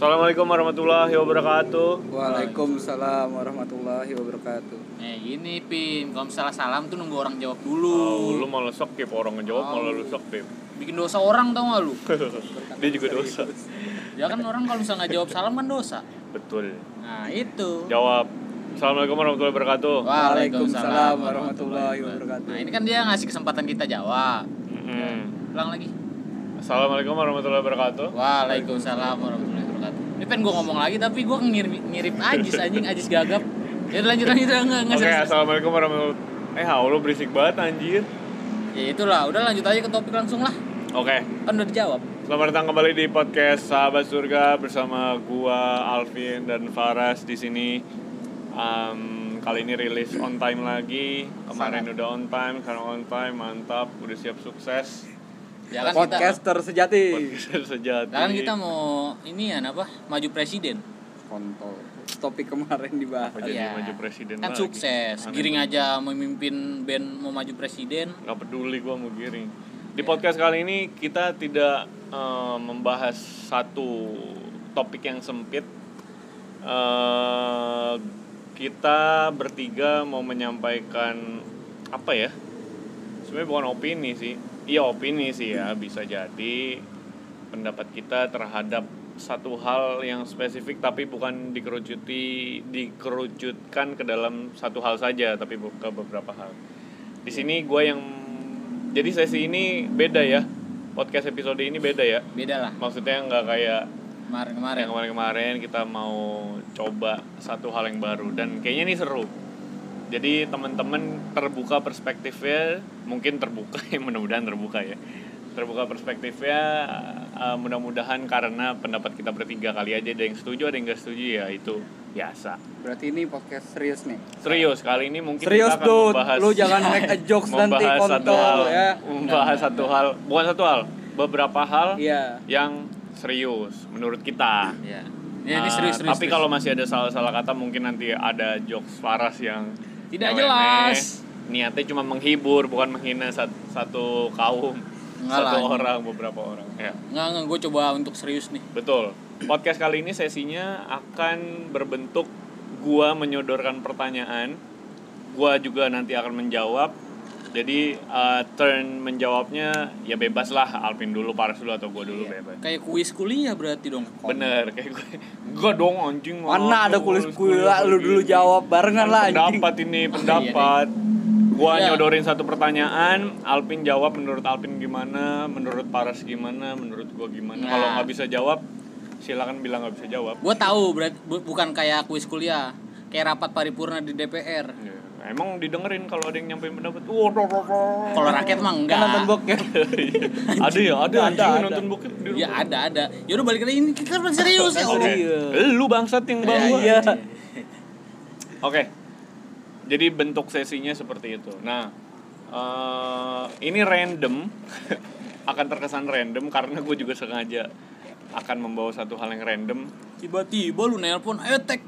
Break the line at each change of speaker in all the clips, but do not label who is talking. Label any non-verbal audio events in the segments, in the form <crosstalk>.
Assalamualaikum warahmatullahi wabarakatuh.
Waalaikumsalam warahmatullahi wabarakatuh.
Nah gini Pim, kalau misalnya salam tuh nunggu orang jawab
Oh, lu
dulu
malah sok Pip. orang ngejawab malah lu sok Pip. <laughs>
Bikin dosa orang tau gak lu?
Dia juga dosa.
Ya kan orang kalau misalnya nggak jawab salam kan dosa
Betul.
Nah itu
Jawab. Assalamualaikum warahmatullahi wabarakatuh.
Waalaikumsalam warahmatullahi wabarakatuh.
Nah ini kan dia ngasih kesempatan kita jawab
Mm-mm.
Ulang lagi
Assalamualaikum warahmatullahi wabarakatuh.
Waalaikumsalam warahmatullahi wabarakatuh Ini pengen gue ngomong lagi tapi gue ngirip, ngirip Ajis anjing, Ajis gagap Ya lanjut lanjut nggak
Oke,
nggak serius.
assalamualaikum warahmatullahi Eh, hau lu berisik banget anjir.
Ya itulah, udah lanjut aja ke topik langsung lah
Oke.
Kan udah dijawab
Selamat datang kembali di podcast Sahabat Surga bersama gua Alvin dan Faras di sini. Um, kali ini rilis on time lagi. Kemarin
Sangat.
udah on time, sekarang on time, mantap, udah siap sukses.
Ya kan kita
Podcaster sejati.
Podcast <laughs> sejati.
Lah kan kita mau ini ya apa? Maju presiden.
Kontol. Topik kemarin dibahas.
Apa jadi maju presiden
Kan
lagi?
sukses.
Aneh
Giring aja memimpin band mau maju presiden.
nggak peduli gue mau giring di podcast kali ini kita tidak eh, membahas satu topik yang sempit Eh, kita bertiga mau menyampaikan apa ya sebenarnya bukan opini sih iya opini sih ya bisa jadi pendapat kita terhadap satu hal yang spesifik tapi bukan dikerucuti dikerucutkan ke dalam satu hal saja tapi bu- ke beberapa hal di sini gue yang jadi sesi ini beda ya podcast episode ini beda ya
Beda lah
maksudnya nggak kayak yang
kemarin-kemarin.
kemarin-kemarin kita mau coba satu hal yang baru dan kayaknya ini seru jadi teman-teman terbuka perspektifnya mungkin terbuka <laughs> ya mudah-mudahan terbuka ya terbuka perspektifnya eh, mudah-mudahan karena pendapat kita bertiga kali aja ada yang setuju ada yang nggak setuju ya itu biasa
Berarti ini podcast serius nih.
serius kali ini mungkin
serius
kita akan
dude,
membahas
lu jangan
<laughs>
make a jokes nanti
membahas satu hal
kontol ya.
membahas satu hal bukan satu hal beberapa hal
Iya.
yang serius menurut kita
Ya. Ya,
Nah,
ini serius, serius,
tapi
serius.
kalau masih ada salah-salah kata mungkin nanti ada jokes Faras yang
Tidak
yang
jelas.
remeh. Niatnya cuma menghibur bukan menghina sat- satu kaum,
Enggak
satu
lah.
orang, beberapa orang. Ya.
nggak nggak gue coba untuk serius nih.
Betul. Podcast kali ini sesinya akan berbentuk gua menyodorkan pertanyaan, gua juga nanti akan menjawab. Jadi eh, turn menjawabnya ya bebas lah, Alvin dulu, Paras dulu atau gua
Iya.
dulu bebas.
Kayak kuis kuliah berarti dong.
Bener, kayak gue, gue dong anjing
Mana ada kulis kuliah
kuliah
lu dulu
begini.
jawab barengan lah anjing.
Pendapat ini, pendapat Gua
Oh, Iya.
nyodorin satu pertanyaan Alvin jawab menurut Alvin gimana Menurut Paras gimana, menurut gua gimana
Nah.
Kalau nggak bisa jawab, silakan bilang nggak bisa jawab
Gue tahu berarti bu- bukan kayak kuis kuliah, kayak rapat paripurna di DPR.
Ya, Emang didengerin kalau ada yang nyampein pendapat Wah, dah, dah,
<laughs>
dah.
Kalau rakyat mah
Kan
enggak.
nonton bokep.
Ada ya, ada
Ada,
anjing yang
ada.
nonton bokep di
Ya
rumah.
ada ada. Ya udah balik lagi ini kita kan serius ya
Oke.
Allah. Ya,
Iya.
Lu bangsat yang bawa
Iya.
Oke. Jadi bentuk sesinya seperti itu. Nah, eh, ini random. <laughs> akan terkesan random karena gue juga sengaja akan membawa satu hal yang random. <laughs>
Tiba-tiba lu nelpon, ayo tag,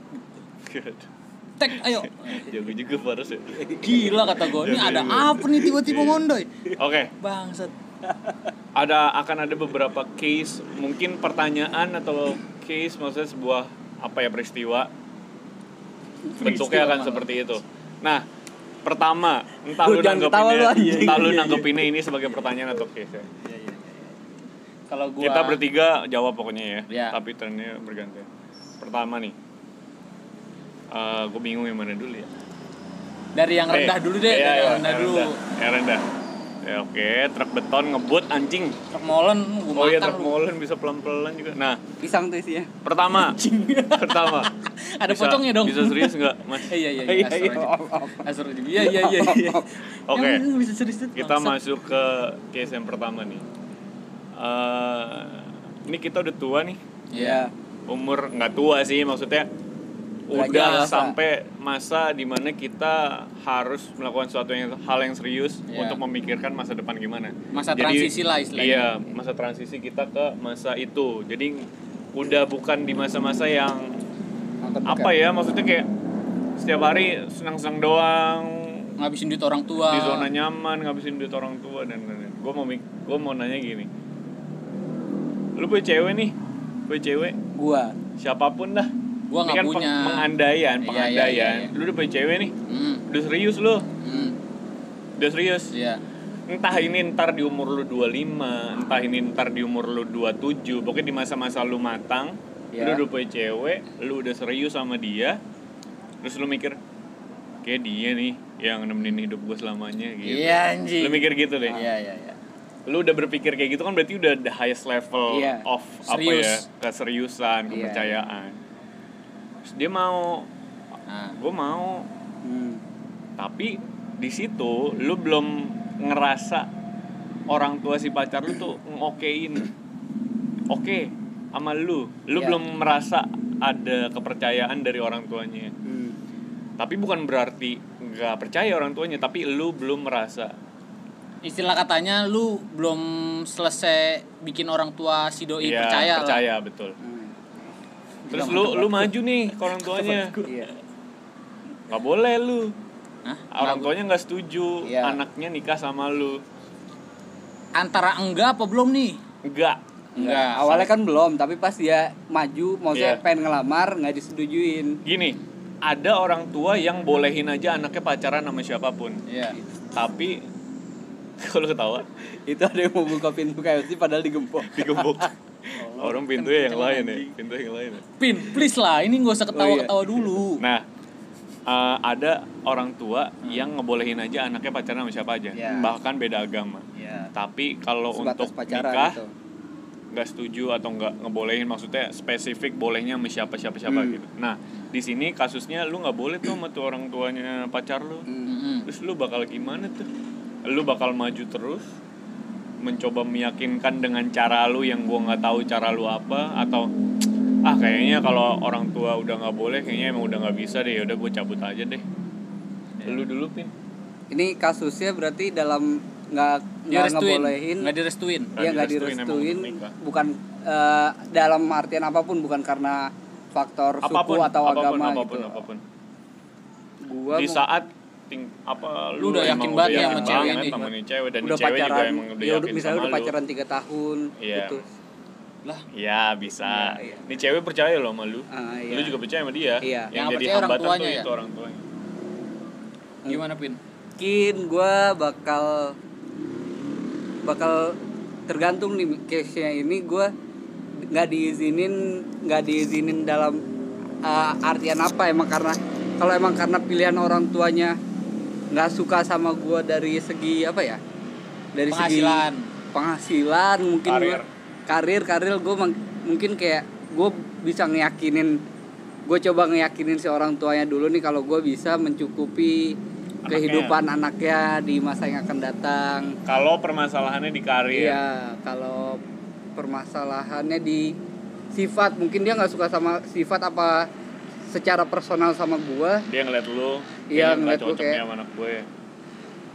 tag,
<laughs>
ayo.
Jago juga Faras ya. Oke.
Gila kata gue,
Iya,
ini ada apa nih tiba-tiba ngondoy? Bangsat.
ada akan ada beberapa case mungkin pertanyaan atau case maksudnya sebuah apa ya peristiwa bentuknya akan seperti itu nah pertama entah lu
Lu jangan ketawa lu,
nanggepinnya
anjing.
entah lu nanggepinnya ini sebagai pertanyaan atau case ya.
Kalau gua
kita bertiga jawab pokoknya ya
Iya.
tapi trennya bergantian pertama nih Eh gue bingung yang mana dulu ya
dari yang rendah
Eh,
dulu deh,
iya,
dari
iya,
yang rendah dulu.
yang rendah Ya, oke truk beton ngebut anjing
Truk molen gua
Oh iya
makan
truk
lu.
molen bisa pelan-pelan juga. Nah,
Pisang tuh isinya.
pertama. <laughs> pertama.
Ada
Bisa-
potongnya dong.
Bisa serius nggak, Mas?
Eh, Iya iya
Iya,
iya. asal
iya,
aja.
off, off.
Asal aja. Iya iya iya. iya.
<laughs> Oke.
Emang lu bisa serius tuh,
Kita
bangsat.
masuk ke case yang pertama nih. Eh, ini kita udah tua nih.
Iya.
Umur nggak tua sih, maksudnya udah
dewasa.
sampai masa dimana kita harus melakukan suatu yang, hal yang serius
Iya.
untuk memikirkan masa depan gimana.
Masa transisi lah istilahnya.
Iya, masa transisi kita ke masa itu. Jadi udah bukan di masa-masa yang
Nonton
apa
bokep.
ya maksudnya kayak setiap hari senang-senang doang
Ngabisin duit orang tua.
di zona nyaman ngabisin duit orang tua dan lain-lain gue mau gue mau nanya gini lu punya cewek nih punya cewek
Gua
siapapun dah
Gua
ini
nggak
kan peng-
punya.
pengandaian
Iya,
pengandaian
iya, iya, iya.
lu udah punya cewek nih
Hmm.
udah serius lu
Hmm.
udah serius
Iya.
entah ini ntar di umur lu 25 entah ini ntar di umur lu 27 pokoknya di masa-masa lu matang
Iya.
lu udah punya cewek lu udah serius sama dia terus lu mikir kayak dia nih yang nemenin hidup gue selamanya gitu
Iya anjing.
lu mikir gitu deh
Iya iya iya.
lu udah berpikir kayak gitu kan berarti udah the highest level
Iya.
of apa
Serius.
ya keseriusan
Iya.
kepercayaan terus dia mau
Nah,
gue mau
Hmm.
tapi di situ lu belum ngerasa orang tua si pacar lu tuh ngokein oke sama lu lu
Iya.
belum merasa ada kepercayaan dari orang tuanya
Hmm.
tapi bukan berarti nggak percaya orang tuanya tapi lu belum merasa
istilah katanya lu belum selesai bikin orang tua si doi
Iya,
percaya, lah.
percaya betul
Hmm.
terus
Gila,
lu lu maju nih ke orang tuanya
Iya.
nggak boleh lu
Hah?
orang
Nggak-
tuanya nggak setuju
Iya.
anaknya nikah sama lu
antara enggak apa belum nih?
enggak
Enggak.
Awalnya kan belum, tapi pas dia maju, maksudnya
Iya.
pengen ngelamar nggak disetujuin.
gini ada orang tua yang bolehin aja anaknya pacaran sama siapapun
Iya.
tapi <laughs> kalau ketawa
<laughs> Itu ada yang mau buka pintu KFC padahal digempok.
digembok
Oh.
orang pintunya yang lain ya pintu yang lain ya.
Pin, please lah, ini nggak usah ketawa-ketawa dulu.
nah eh, ada orang tua yang ngebolehin aja anaknya pacaran sama siapa aja
Hmm. Iya.
bahkan beda agama
Iya.
tapi kalau
Sebatas
untuk
pacaran
nikah
gitu.
nggak setuju atau nggak ngebolehin maksudnya spesifik bolehnya sama siapa siapa siapa
Hmm.
gitu nah di sini kasusnya lu nggak boleh tuh sama tuh orang tuanya pacar lu
Hmm.
Mm-mm.
Terus lu bakal gimana tuh? Lu bakal maju terus mencoba meyakinkan dengan cara lu yang gua nggak tahu cara lu apa atau ah kayaknya kalau orang tua udah nggak boleh kayaknya emang udah nggak bisa deh ya udah gue cabut aja deh lu dulu pin
Ini kasusnya berarti dalam nggak nggak
Direstuin.
ngebolehin,
Nggak direstuin.
Nggak
ya nggak
direstuin emang
direstuin,
untuk nikah.
bukan eh, dalam artian apapun, bukan karena faktor
apapun
suku atau
apapun
agama
apapun
gitu.
apapun
Gua
di
mau-
saat ting apa
Lu udah yakin banget ya sama cewek
banget
ini.
sama nih cewek dan
udah
nih cewek
pacaran,
juga emang udah
ya
yakin
udah- misalnya
sama
udah
lu.
pacaran tiga tahun,
Iya.
gitu.
Lah,
Ya bisa.
Iya, iya.
Nih cewek percaya loh sama lu.
Ah, iya.
Lu juga percaya sama dia.
Iya.
Yang,
Yang
jadi
percaya orang
hambatan
tuanya
tuh
ya?
itu orang tuanya.
gimana Pin?
mungkin gue bakal bakal tergantung nih case-nya ini gue nggak diizinin nggak diizinin dalam uh, artian apa emang karena kalau emang karena pilihan orang tuanya nggak suka sama gue dari segi apa ya dari
Penghasilan.
segi penghasilan mungkin
Karir.
gua- karir karir gue mungkin kayak gue bisa ngeyakinin gue coba ngeyakinin si orang tuanya dulu nih kalau gue bisa mencukupi
Anaknya.
kehidupan anaknya di masa yang akan datang.
Kalau permasalahannya di karir.
Iya, kalau permasalahannya di sifat mungkin dia nggak suka sama sifat apa secara personal sama gua
Dia ngeliat lu.
Iya,
kayaknya
ngeliat
nggak
lu
cocok
kayak-
nih sama anak gue.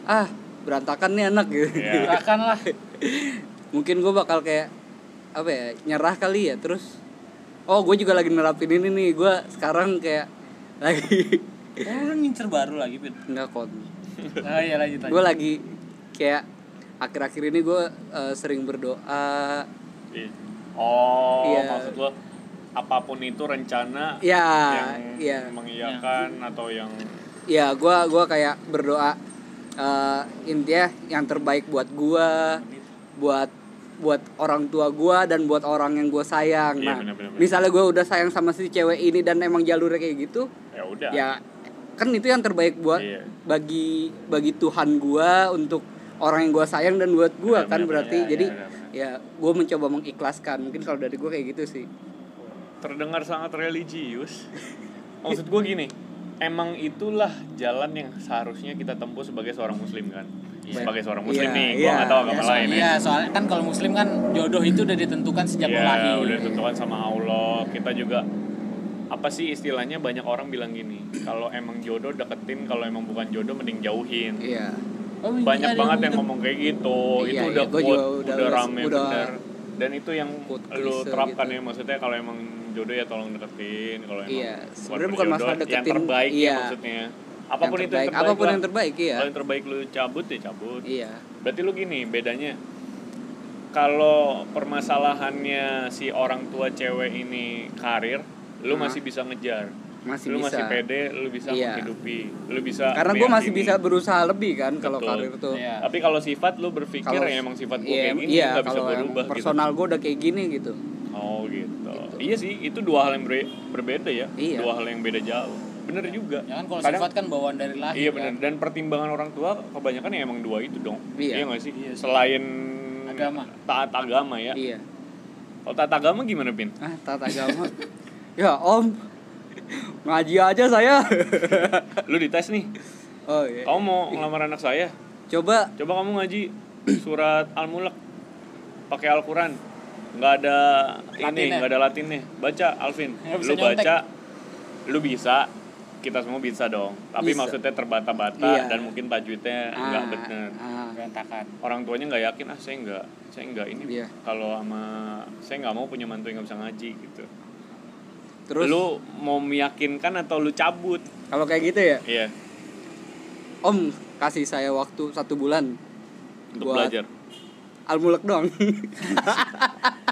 ah berantakan nih anak gitu
Iya.
Silakan lah.
<laughs> mungkin gua bakal kayak apa ya nyerah kali ya terus oh gue juga lagi nerapin ini nih gua sekarang kayak <laughs> lagi
Lu ngincer baru lagi <laughs> Pin.
nggak kon
Ah iya lanjut
gue
lanjut.
lagi kayak akhir-akhir ini gue sering berdoa
Ih. Oh,
Iya.
maksud lu apapun itu rencana
ya
yang
ya
mengiyakan atau yang
ya gue gua kayak berdoa eh, intinya yang terbaik buat gue buat buat orang tua gue dan buat orang yang gue sayang
Iya,
nah
benar-benar.
misalnya gue udah sayang sama si cewek ini dan emang jalurnya kayak gitu
ya udah.
ya kan itu yang terbaik buat
Iya.
bagi bagi Tuhan gua untuk orang yang gua sayang dan buat gua
Benar,
kan
benar,
berarti
benar,
jadi
iya, benar, benar.
ya gua mencoba mengikhlaskan mungkin kalau dari gua kayak gitu sih
Terdengar sangat religius. maksud gue gini, emang itulah jalan yang seharusnya kita tempuh sebagai seorang muslim kan.
Iya.
Sebagai seorang muslim
Iya,
nih, gue
iya.
nggak tahu agama
Ya,
lain ya.
Iya, soalnya kan kalau muslim kan jodoh itu udah ditentukan sejak
Iya,
lu lahir.
udah ditentukan sama Allah. Kita juga apa sih istilahnya banyak orang bilang gini, kalau emang jodoh deketin, kalau emang bukan jodoh mending jauhin.
iya
Oh, iya,
Banyak
ada
banget yang
gitu.
ngomong kayak gitu.
Iya,
itu
iya,
udah
gua
quote,
juga udah
udah,
les-
rame
udah-
bener. Dan itu yang
Quote
lu
klise
terapkan
gitu.
ya maksudnya kalau emang jodoh ya tolong deketin, kalau emang
Iya, sebenarnya bukan
berjodoh,
masalah deketin,
yang terbaik ya
iya.
maksudnya. Apapun
yang
itu yang
terbaik,
terbaik.
apapun
lah.
yang terbaik iya
Kalau yang terbaik lu cabut ya cabut.
iya
Berarti lu gini bedanya kalau permasalahannya si orang tua cewek ini karir, lu
Hah?
masih bisa ngejar.
Masih
lu masih
bisa.
pede, lu bisa
Iya.
menghidupi, lu bisa
Karena gue masih
meyakini.
bisa berusaha lebih kan kalau
Betul.
karir tuh.
Iya.
Tapi kalau sifat lu berpikir
Kalau-
ya emang sifat gue
Iya,
kayak gini
iya,
nggak bisa
kalau
gue
yang
rubah gitu.
Personal gue udah kayak gini gitu.
Oh gitu. Iya sih, itu dua hal yang ber- berbeda ya.
Iya.
Dua hal yang beda jauh. Bener juga.
Ya kan kalau
Kadang-
sifat kan bawaan dari lahir.
Iya
kan.
bener. Dan pertimbangan orang tua kebanyakan ya emang dua itu dong.
Iya.
nggak sih?
Iya sih.
Selain
Agama.
taat agama ya.
Iya.
Kalau taat agama gimana pin? <laughs>
Ah, tata agama. <laughs> ya Om, ngaji aja saya. <laughs>
Lu dites nih.
oh iya.
Kamu mau ngelamar anak saya?
Coba
Coba kamu ngaji surat Al-Mulk pakai Al-Qur'an. Nggak ada ini,
Latinnya.
nggak ada Latinnya. Baca Alvin.
Nggak bisa
Lu
nyontek.
baca lu bisa kita semua bisa dong. Tapi
Bisa.
maksudnya terbata-bata
Iya.
dan mungkin tajwidnya nggak
ah,
Ya, bener.
ah,
<laughs>
Berantakan.
Orang tuanya nggak yakin ah saya nggak saya nggak ini
Iya.
kalau sama saya nggak mau punya mantu yang nggak bisa ngaji gitu.
terus
Lu mau meyakinkan atau lu cabut?
kalau kayak gitu ya,
Iya,
Om kasih saya waktu satu bulan
untuk
Buat-
belajar.
Almulek doang.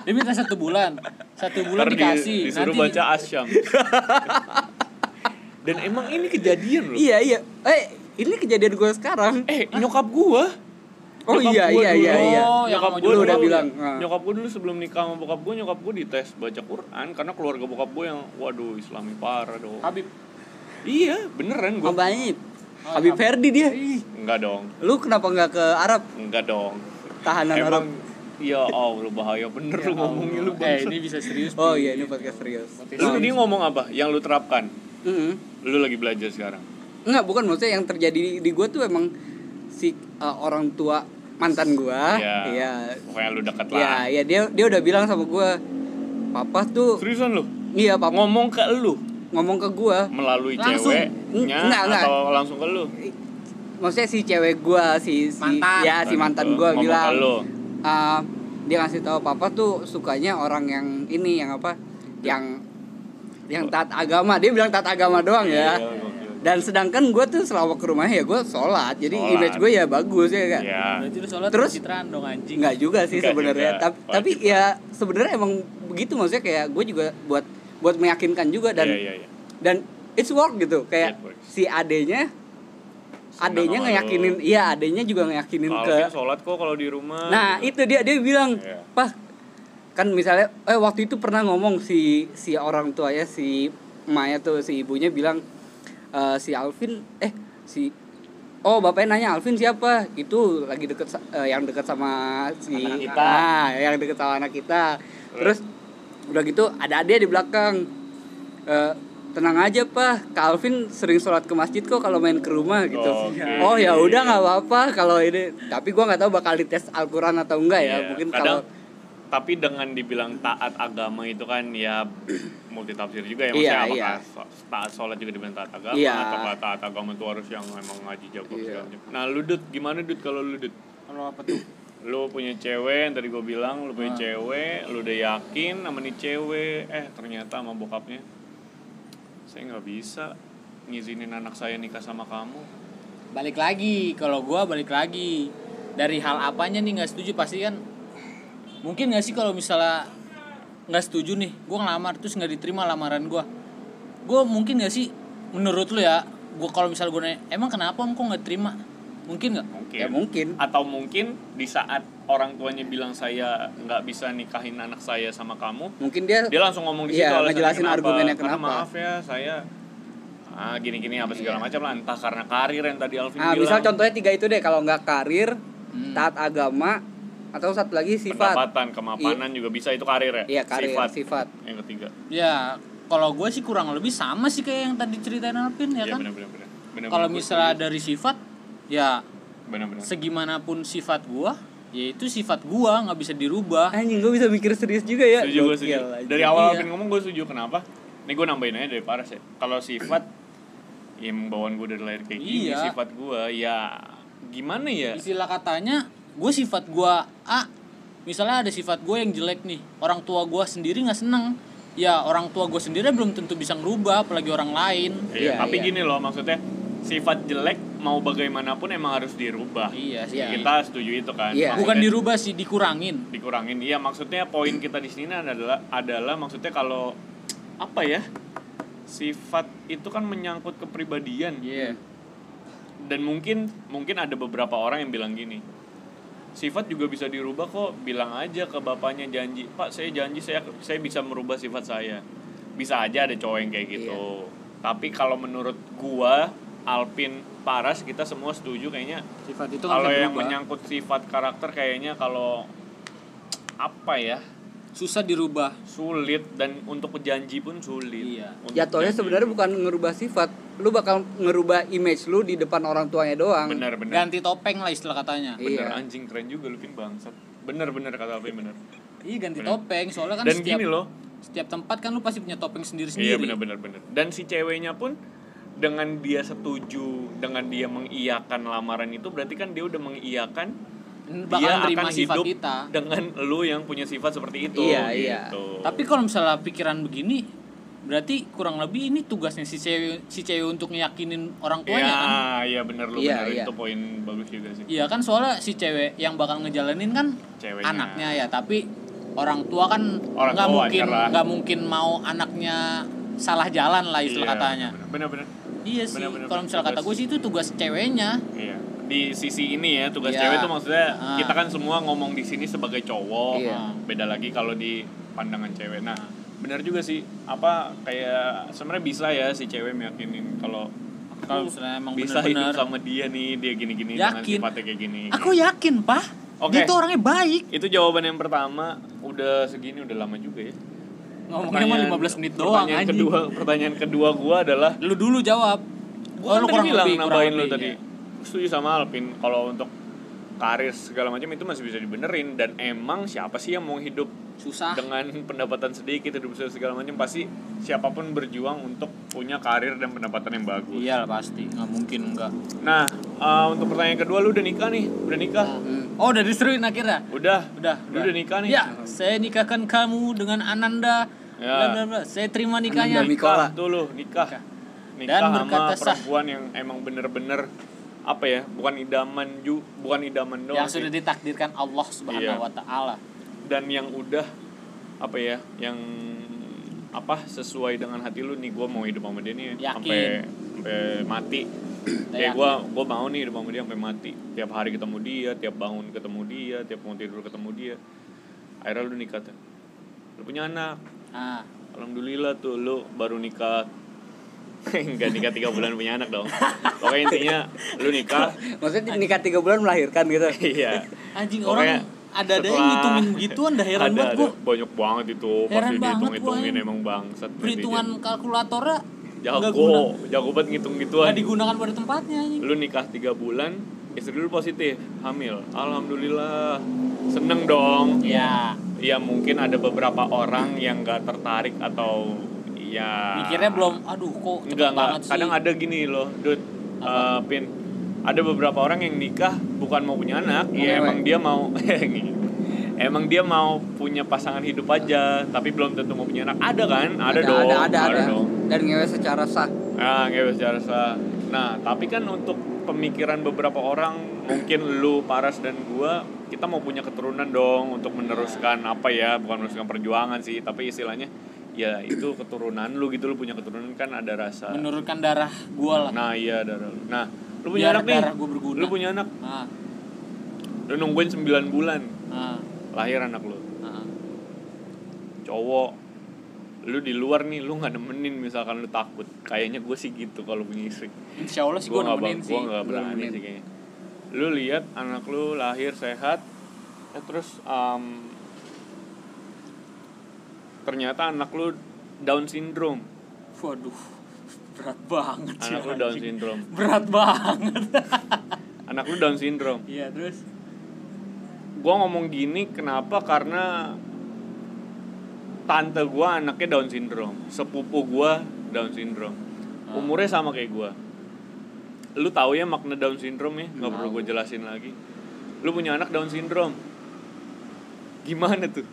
Dia minta satu bulan. Satu bulan
Ntar di-
dikasih.
disuruh
Nanti
baca asyam <laughs> dan emang ini kejadian loh
<laughs> iya iya. Eh ini kejadian gue sekarang.
eh nyokap gua
Oh
Nyokap
iya
gua
iya
dulu.
iya iya.
Oh, yang
nyokap
sama
gua
lu
dulu-
udah bilang, ah.
nyokap gua dulu sebelum nikah sama bokap gua nyokap gua dites baca Quran karena keluarga bokap gua yang waduh islami parah dong
Habib.
iya beneran
Om
gua Oh, iya.
Baib. Habib Ferdi dia.
enggak dong
Lu kenapa nggak ke Arab?
enggak dong
Tahanan Arab.
emang ya Allah bahaya bener
Ya
lu ngomongin lu
Eh,
bangsa
ini bisa serius.
Oh iya ini podcast serius.
lu tadi ngomong apa yang lu terapkan
Mm-mm.
lu lagi belajar sekarang
Enggak, bukan maksudnya yang terjadi di, di gue tuh emang si uh, orang tua mantan gue.
Iya.
Iya.
pokoknya lu dekat
Iya,
lah
iya dia dia udah bilang sama gue, papa tuh,
seriusan lu
iya papa
ngomong ke lu
ngomong ke gue.
melalui
Langsung.
ceweknya
Enggak, enggak.
atau langsung ke
Nah,
lu?
Maksudnya si cewek gue, si, si
Mantan.
ya si mantan gue
Ngomong ke
bilang,
lu.
"Ah, dia ngasih tahu papa tuh sukanya orang yang ini yang apa, yang yang taat agama. Dia bilang taat agama doang ya.
Iya, gokil.
Dan sedangkan gue tuh selama ke rumahnya ya gue sholat, jadi
Sholat.
image gue ya bagus ya kak.
Iya.
Berarti lu sholat
Terus?
terus citraan dong anjing.
Enggak juga sih
Nggak
sebenarnya.
juga.
Tapi,
Wajib
tapi
lah.
ya sebenarnya emang begitu maksudnya kayak gue juga buat buat meyakinkan juga dan
Iya, iya, iya.
dan it's work gitu kayak
It works.
si adenya
Senang
adenya
sama
ngeyakinin
lu.
iya adenya juga ngeyakinin
Kalau
ke
Alvin sholat kok kalau di rumah.
nah
gitu.
itu dia dia bilang
Iya.
pas kan misalnya eh waktu itu pernah ngomong si si orang tuanya si Maya tuh si ibunya bilang eh, si Alvin eh si oh bapaknya nanya Alvin siapa itu lagi deket sa- eh, yang deket sama si
Anak kita.
Ah, yang deket sama anak kita terus udah gitu ada adik di belakang Eh, tenang aja pak Calvin sering sholat ke masjid kok kalau main ke rumah gitu
Oke.
oh ya udah nggak apa-apa kalau ini tapi gua nggak tahu bakal dites Al-Quran atau enggak ya
Iya,
mungkin
kadang
kalau
tapi dengan dibilang taat agama itu kan ya <clears throat> multi tafsir juga ya
Iya,
maksudnya
iya.
apakah so- taat sholat juga dibilang taat agama
Iya.
apakah taat agama itu harus yang emang ngaji jago
Iya.
segala macam. Nah, lu Dut, gimana Dut kalau lu Dut?
Kalau apa tuh? Ah.
lu punya cewek yang tadi gue bilang lu punya cewek lu udah yakin sama nih cewek eh ternyata sama bokapnya saya nggak bisa ngizinin anak saya nikah sama kamu
Balik lagi. Kalau gua balik lagi. Dari hal apanya nih nggak setuju pasti kan mungkin nggak sih kalau misalnya nggak setuju nih gue ngelamar terus nggak diterima lamaran gue gue mungkin nggak sih menurut lu ya gue kalau misalnya gue nanya emang kenapa om kok nggak terima mungkin nggak
mungkin
ya mungkin
atau mungkin di saat orang tuanya bilang saya nggak bisa nikahin anak saya sama kamu
mungkin dia
dia langsung ngomong di situ
Iya,
alasannya
ngejelasin argumennya
Karena
kenapa. Iya.
maaf ya saya ah, gini-gini apa segala macam lah entah karena karir yang tadi Alvin
ah,
bilang
misal contohnya tiga itu deh kalau nggak karir
Hmm.
taat agama atau satu lagi sifat
pendapatan kemapanan juga bisa itu karir ya
iya karir
sifat.
sifat,
yang ketiga
ya kalau gue sih kurang lebih sama sih kayak yang tadi ceritain Alvin ya
Iya,
kan
benar-benar benar. Benar-benar
kalau
gua
misalnya dari sifat ya
benar-benar
segimanapun sifat gue yaitu sifat gue nggak bisa dirubah
anjing gue bisa mikir serius juga ya
setuju gue setuju
Gokil, anjing.
dari awal
Iya.
Alvin ngomong gue setuju kenapa ini gue nambahin aja dari Paras ya kalau sifat ya emang bawaan gue dari lahir kayak gini
Iya.
sifat gue ya gimana ya
istilah katanya gue sifat gue A misalnya ada sifat gue yang jelek nih orang tua gue sendiri nggak seneng ya orang tua gue sendiri belum tentu bisa ngerubah apalagi orang lain
Iya,
Iya,
tapi
iya.
gini loh maksudnya sifat jelek mau bagaimanapun emang harus dirubah. Ya,
Iya sih.
Kita setuju itu kan.
Iya.
Bukan
Maksudnya
dirubah sih, dikurangin.
dikurangin. Iya, maksudnya poin kita di sini adalah adalah maksudnya kalau apa ya? Sifat itu kan menyangkut kepribadian.
Iya.
dan mungkin mungkin ada beberapa orang yang bilang gini sifat juga bisa dirubah kok bilang aja ke bapaknya janji pak saya janji saya saya bisa merubah sifat saya bisa aja ada cowok yang kayak
Iya.
gitu tapi kalau menurut gua Alpin Paras kita semua setuju kayaknya
sifat itu kan nggak
kalau
bisa
yang
berubah.
menyangkut sifat karakter kayaknya kalau apa ya
Susah dirubah.
sulit dan untuk janji pun sulit
Iya.
Untuk
jatuhnya
janji.
Ya, sebenarnya bukan ngerubah sifat lu bakal ngerubah image lu di depan orang tuanya doang
benar benar
Ganti topeng lah istilah katanya.
bener
iya
anjing keren juga lu Pin bangsat bener bener kata Alvin bener
Iya ganti
Bener.
topeng soalnya kan
dan
setiap
gini loh
setiap tempat kan lu pasti punya topeng sendiri
iya
sendiri.
benar benar benar dan si ceweknya pun dengan dia setuju dengan dia mengiyakan lamaran itu berarti kan dia udah mengiyakan
Bakal
dia
terima
akan
sifat
hidup
kita.
dengan lu yang punya sifat seperti itu
Iya, iya.
gitu.
Tapi kalau misalnya pikiran begini berarti kurang lebih ini tugasnya si cewek si cewek untuk ngeyakinin orang tuanya
iya
kan.
iya benar lu
Iya,
benar
iya.
itu poin bagus juga sih
Iya kan soalnya si cewek yang bakal ngejalanin kan
Ceweknya.
anaknya ya, tapi orang tua kan
Orang
nggak
tua
mungkin
wajar lah.
nggak mungkin mau anaknya salah jalan lah istilah
Iya,
katanya.
benar benar
Iya sih.
Bener, bener,
Kalau
bener.
misalnya kata
Tugas.
gue sih itu tugas ceweknya.
Iya. Di sisi ini ya tugas
Iya.
cewek itu maksudnya
Ah.
kita kan semua ngomong di sini sebagai cowok. Ah.
Iya.
Beda lagi kalau di pandangan cewek. Nah,
Ah.
benar juga sih apa kayak sebenarnya bisa ya si cewek meyakinin kalau aku
Kalau misalnya emang
bisa hidup
benar-benar
sama dia nih, dia gini-gini dengan
Yakin.
sifatnya kayak gini.
Aku yakin, Pak.
Oke.
Dia tuh orangnya baik.
Itu jawaban yang pertama. Udah segini udah lama juga ya.
Ngomongnya
Pertanyaan-
emang 15 menit doang
Pertanyaan
anjing.
kedua, pertanyaan kedua gua adalah
Lu dulu jawab.
Gua kan tadi bilang nambahin lu tadi.
iya.
iya. Setuju sama Alvin kalau untuk karir segala macam itu masih bisa dibenerin dan emang siapa sih yang mau hidup
Susah.
dengan pendapatan sedikit hidup susah segala macam pasti siapapun berjuang untuk punya karir dan pendapatan yang bagus.
Iya lah pasti, nggak mungkin enggak.
Nah, eh, untuk pertanyaan kedua lu udah nikah nih? Udah nikah?
Oh, udah diseruin akhirnya.
Udah.
Udah,
Lu udah nikah nih?
Ya, saya nikahkan kamu dengan Ananda.
Ya.
Bla bla bla. Saya terima nikahnya.
Ananda Mikola.
Nikah tuh lu, nikah. Nikah
Dan
sama
berkata sah.
perempuan yang emang bener-bener apa ya? Bukan idaman ju, bukan idaman doang.
yang
sih.
sudah ditakdirkan Allah Subhanahu
Iya.
wa taala.
dan yang udah apa ya yang apa sesuai dengan hati lu nih gue mau hidup sama dia nih
Yakin.
sampai sampai mati kayak gue gue mau nih hidup sama dia sampai mati tiap hari ketemu dia tiap bangun ketemu dia tiap mau tidur ketemu dia akhirnya lu nikah tuh lu punya anak
Nah,
alhamdulillah tuh lu baru nikah <laughs> enggak nikah tiga bulan punya anak dong pokoknya intinya lu nikah <laughs>
maksudnya nikah tiga bulan melahirkan gitu
iya
anjing
Pokoknya
orang ada-ada yang
setelah-
ngitungin gituan dah Nah, heran
ada,
banget
ada.
gua.
banyak banget itu pasti
Heran banget
dihitung-hitungin
gua.
emang bangsat berarti
Perhitungan
dia.
kalkulatornya nggak
jago
guna.
jago banget ngitung gituan
Nggak digunakan pada tempatnya anjing.
lu nikah tiga bulan istri lu positif hamil alhamdulillah seneng dong
Ya,
ya mungkin ada beberapa orang yang gak tertarik atau ya
mikirnya belum aduh kok cepet
enggak enggak
banget sih.
kadang ada gini loh dud eh, pin ada beberapa orang yang nikah bukan mau punya anak ya
Ngewe.
emang dia mau <laughs> eh, emang dia mau punya pasangan hidup aja tapi belum tentu mau punya anak ada kan ada,
ada
dong
ada ada, ada.
dong
dan ngewe secara sah
nah ngewe secara sah. nah tapi kan untuk pemikiran beberapa orang mungkin lu paras dan gua kita mau punya keturunan dong untuk meneruskan apa ya bukan meneruskan perjuangan sih tapi istilahnya ya itu keturunan lu gitu lu punya keturunan kan ada rasa
menurunkan darah gua lah.
Nah iya darah lu. Nah lu punya
Biar
anak nih.
darah gua berguna.
Lu punya anak.
Ah,
Lu nungguin 9 bulan
ah,
lahir anak lu.
ah.
Cowok. Lu di luar nih lu nggak nemenin misalkan lu takut. Kayaknya gue sih gitu kalau punya istri.
Insya Allah sih
Gue
gua
nggak
nemenin
bak-
sih.
gua nggak
Gua
berani
nemenin.
sih kayaknya. Lu lihat anak lu lahir sehat. eh, terus em, ternyata anak lu Down syndrome.
Waduh, berat banget sih.
Anak lu
Iya, anjing.
Down syndrome.
Berat <laughs> banget.
Anak lu Down syndrome.
Iya terus.
gue ngomong gini kenapa karena tante gue anaknya Down syndrome sepupu gue Down syndrome umurnya sama kayak gue lu tahu ya makna Down syndrome ya nggak perlu gue jelasin lagi lu punya anak Down syndrome gimana tuh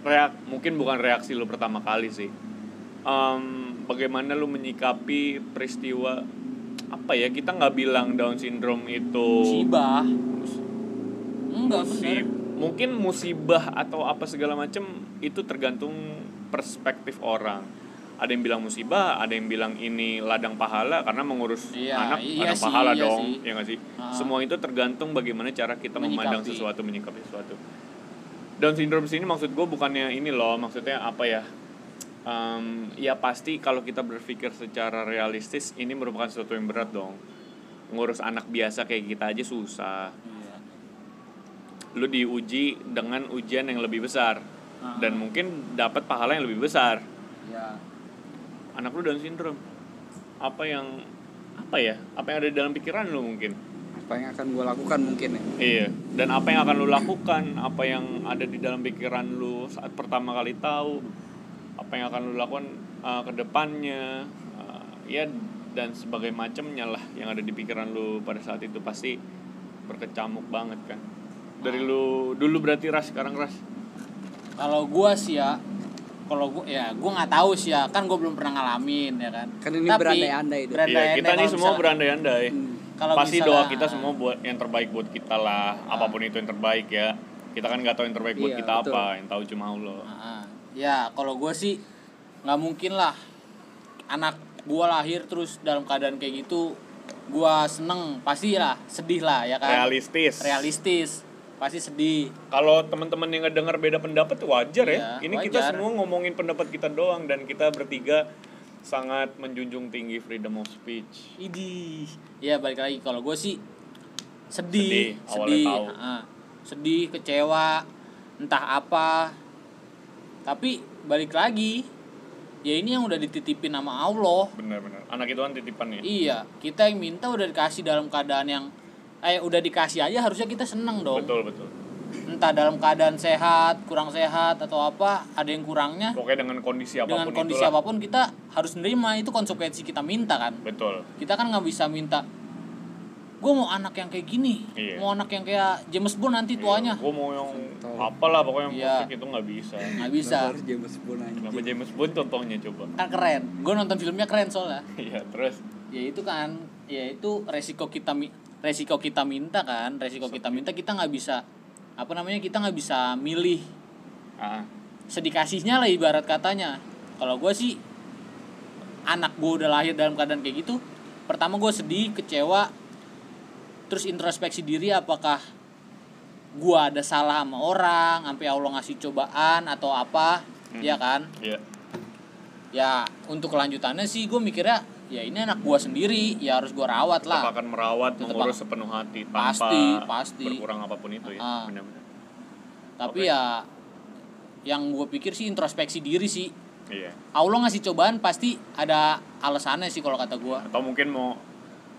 reak mungkin bukan reaksi lu pertama kali sih Em, bagaimana lu menyikapi peristiwa apa ya kita nggak bilang Down syndrome itu
Musibah. Enggak
musib
bener.
mungkin musibah atau apa segala macem itu tergantung perspektif orang ada yang bilang musibah ada yang bilang ini ladang pahala karena mengurus
Iya,
anak
iya
ladang
sih,
pahala
iya
dong
sih.
ya nggak sih
Ah.
semua itu tergantung bagaimana cara kita memandang
Menyikapi.
sesuatu menyikapi sesuatu Down syndrome sini maksud gue bukannya ini loh maksudnya apa ya Em, ya pasti kalau kita berpikir secara realistis ini merupakan sesuatu yang berat dong ngurus anak biasa kayak kita aja susah
Iya.
lu diuji dengan ujian yang lebih besar
Ah.
dan mungkin dapat pahala yang lebih besar
Iya.
anak lu Down syndrome apa yang apa ya apa yang ada di dalam pikiran lu mungkin
apa yang akan gue lakukan mungkin ya
iya dan apa yang akan lu lakukan apa yang ada di dalam pikiran lu saat pertama kali tahu apa yang akan lu lakukan uh, ke depannya uh, ya dan sebagai macamnya lah yang ada di pikiran lu pada saat itu pasti berkecamuk banget kan dari lu dulu berarti ras sekarang ras
Kalau gua sih ya kalau gua ya gua nggak tahu sih ya kan gua belum pernah ngalamin ya kan.
Kan ini berandai-andai itu.
Iya, kita nih
kalau
semua
misalnya-
berandai-andai.
Kalau
Pasti doa
misalnya-
kita semua buat yang terbaik buat kita lah, apapun itu yang terbaik ya. Kita kan nggak tahu yang terbaik buat
Iya,
kita
betul.
apa, yang tahu cuma Allah.
Ah, ya kalau gue sih nggak mungkin lah anak gue lahir terus dalam keadaan kayak gitu gue seneng pasti lah sedih lah ya kan
Realistis.
Realistis, pasti sedih
Kalau teman-teman yang ngedengar beda pendapat wajar ya.
Iya,
Ini kita
wajar.
semua ngomongin pendapat kita doang dan kita bertiga sangat menjunjung tinggi freedom of speech.
Idi. Ya balik lagi kalau gue sih sedih,
Sedih, awalnya tahu.
ah, sedih, kecewa, entah apa. Tapi balik lagi, ya ini yang udah dititipin sama Allah.
Benar-benar. Anak itu kan titipan ya.
Iya, kita yang minta udah dikasih dalam keadaan yang eh udah dikasih aja harusnya kita seneng dong.
Betul, betul.
Entah dalam keadaan sehat, kurang sehat atau apa, ada yang kurangnya.
Pokoknya dengan kondisi apapun
Dengan kondisi
itulah.
apapun kita harus nerima itu konsekuensi kita minta kan.
Betul.
Kita kan nggak bisa minta gue mau anak yang kayak gini,
Iya.
mau anak yang kayak James Bond nanti tuanya.
Gue Iya, mau yang
Betul.
apalah pokoknya yang
Iya.
musik itu nggak bisa.
nggak bisa.
harus James Bond aja
Kenapa James Bond contohnya coba? <laughs>
Kan keren. Gue nonton filmnya keren soalnya.
Iya, terus
ya itu kan ya itu resiko kita mi- resiko kita minta kan resiko kita minta kita nggak bisa apa namanya kita nggak bisa milih
ah
sedikasihnya lah ibarat katanya kalau gue sih anak gue udah lahir dalam keadaan kayak gitu pertama gue sedih kecewa terus introspeksi diri apakah gue ada salah sama orang sampai Allah ngasih cobaan atau apa ya kan
iya
ya untuk kelanjutannya sih gue mikirnya ya ini anak gue sendiri ya harus gue rawat lah
tetap akan merawat
Tetap
mengurus
akan-
sepenuh hati tanpa
Pasti, pasti.
berkurang apapun itu ya
Ah.
benar-benar
tapi ya yang gue pikir sih introspeksi diri sih
iya
Allah ngasih cobaan pasti ada alasannya sih kalau kata gue
atau mungkin mau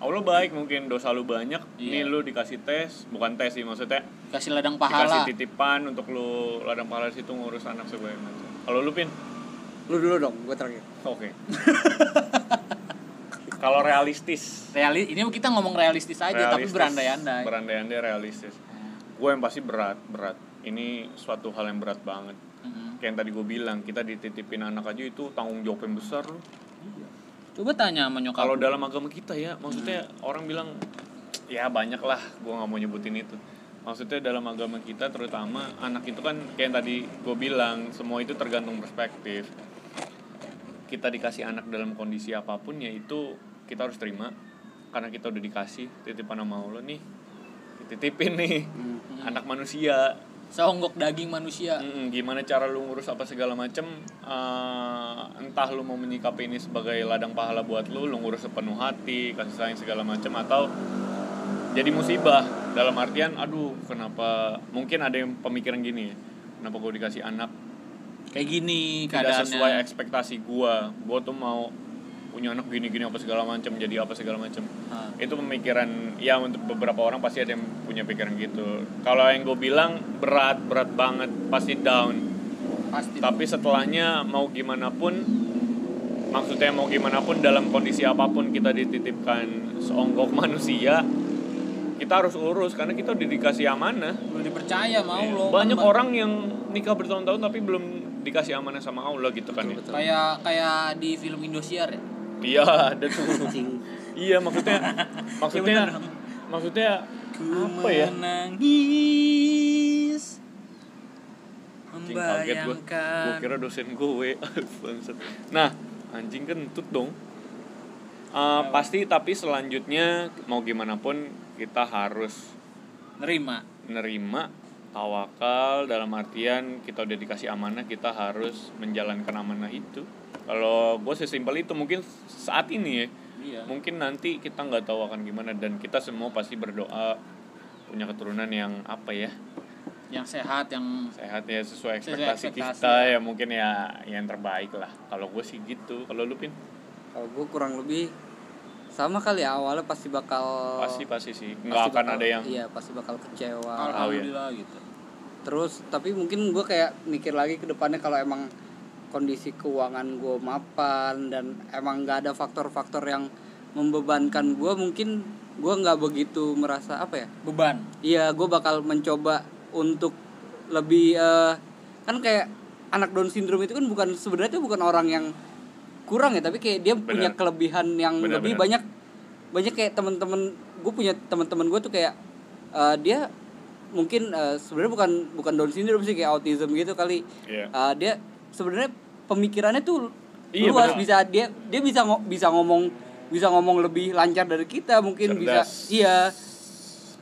Allah baik mungkin dosa lu banyak ini
Iya.
lu dikasih tes bukan tes sih maksudnya
kasih ladang
dikasih
pahala
titipan untuk lu ladang pahala di situ ngurus anak sebagai macam kalau lu pin
lu dulu dong gue terakhir
oke
<laughs>
kalau realistis
realis ini kita ngomong realistis aja tapi
Realistis,
berandai-andai
berandai-andai realistis gue yang pasti berat berat ini suatu hal yang berat banget
Mm-mm.
kayak yang tadi gue bilang kita dititipin anak aja itu tanggung jawab yang besar loh
coba tanya sama nyokap
kalau dalam agama kita ya maksudnya orang bilang ya banyak lah gue nggak mau nyebutin itu maksudnya dalam agama kita terutama anak itu kan kayak yang tadi gue bilang semua itu tergantung perspektif kita dikasih anak dalam kondisi apapun ya itu kita harus terima karena kita udah dikasih titipan sama Allah nih dititipin nih anak manusia
seonggok daging manusia
Mm, gimana cara lu ngurus apa segala macem eh, entah lu mau menyikapi ini sebagai ladang pahala buat lu lu ngurus sepenuh hati kasih sayang segala macem atau jadi musibah dalam artian aduh kenapa mungkin ada yang pemikiran gini ya kenapa gue dikasih anak
kayak gini
tidak
keadaannya
sesuai ekspektasi gua gua tuh mau punya anak gini gini apa segala macem jadi apa segala macem
Ah.
itu pemikiran ya untuk beberapa orang pasti ada yang punya pikiran gitu kalau yang gue bilang berat berat banget pasti down
pasti
tapi setelahnya mau gimana pun maksudnya mau gimana pun dalam kondisi apapun kita dititipkan seonggok <laughs> manusia kita harus urus karena kita udah dikasih amanah
udah dipercaya mau Allah
Iya. banyak
Kan ba-
orang yang nikah bertahun-tahun tapi belum dikasih amanah sama Allah gitu kan ya
Betul, betul.
kayak kayak di film Indosiar ya
iya ada tuh
Cing.
iya
<laughs>
maksudnya maksudnya
bener dong.
maksudnya
Ku
apa ya
menangis
Anjing kaget gue Gue
Membayangkan
kira dosen gue <laughs> Bangsat. Nah anjing kentut dong Eh, Pasti tapi selanjutnya Mau gimana pun kita harus
Nerima
Nerima Tawakal dalam artian kita udah dikasih amanah kita harus menjalankan amanah itu kalau gue sesimpel itu mungkin saat ini ya
Iya
mungkin nanti kita nggak tahu akan gimana dan kita semua pasti berdoa punya keturunan yang apa ya
Yang sehat, yang
sehat ya sesuai
Sesuai
ekspektasi
ekspektasi.
kita ya mungkin ya yang terbaik lah kalau gue sih gitu kalau lu pin
kalau gue kurang lebih sama kali ya awalnya pasti bakal
pasti pasti sih
Oh. pasti
nggak akan
bakal-
ada yang
iya pasti bakal kecewa
Ah,
Alhamdulillah
iya.
gitu
terus tapi mungkin gue kayak mikir lagi ke depannya kalau emang kondisi keuangan gue mapan dan emang nggak ada faktor-faktor yang membebankan gue mungkin gue nggak begitu merasa apa ya
Beban
iya gue bakal mencoba untuk lebih eh, kan kayak anak Down syndrome itu kan bukan sebenarnya itu bukan orang yang kurang ya tapi kayak dia punya
Benar.
kelebihan yang
Benar,
lebih
benar.
banyak banyak kayak teman-teman gue punya teman-teman gue tuh kayak eh, dia mungkin eh, sebenarnya bukan bukan Down syndrome sih kayak autism gitu kali
Iya.
Eh, dia sebenarnya pemikirannya tuh
Iya,
luas
benar.
bisa dia dia bisa ngo- bisa ngomong bisa ngomong lebih lancar dari kita mungkin
Cerdas.
bisa iya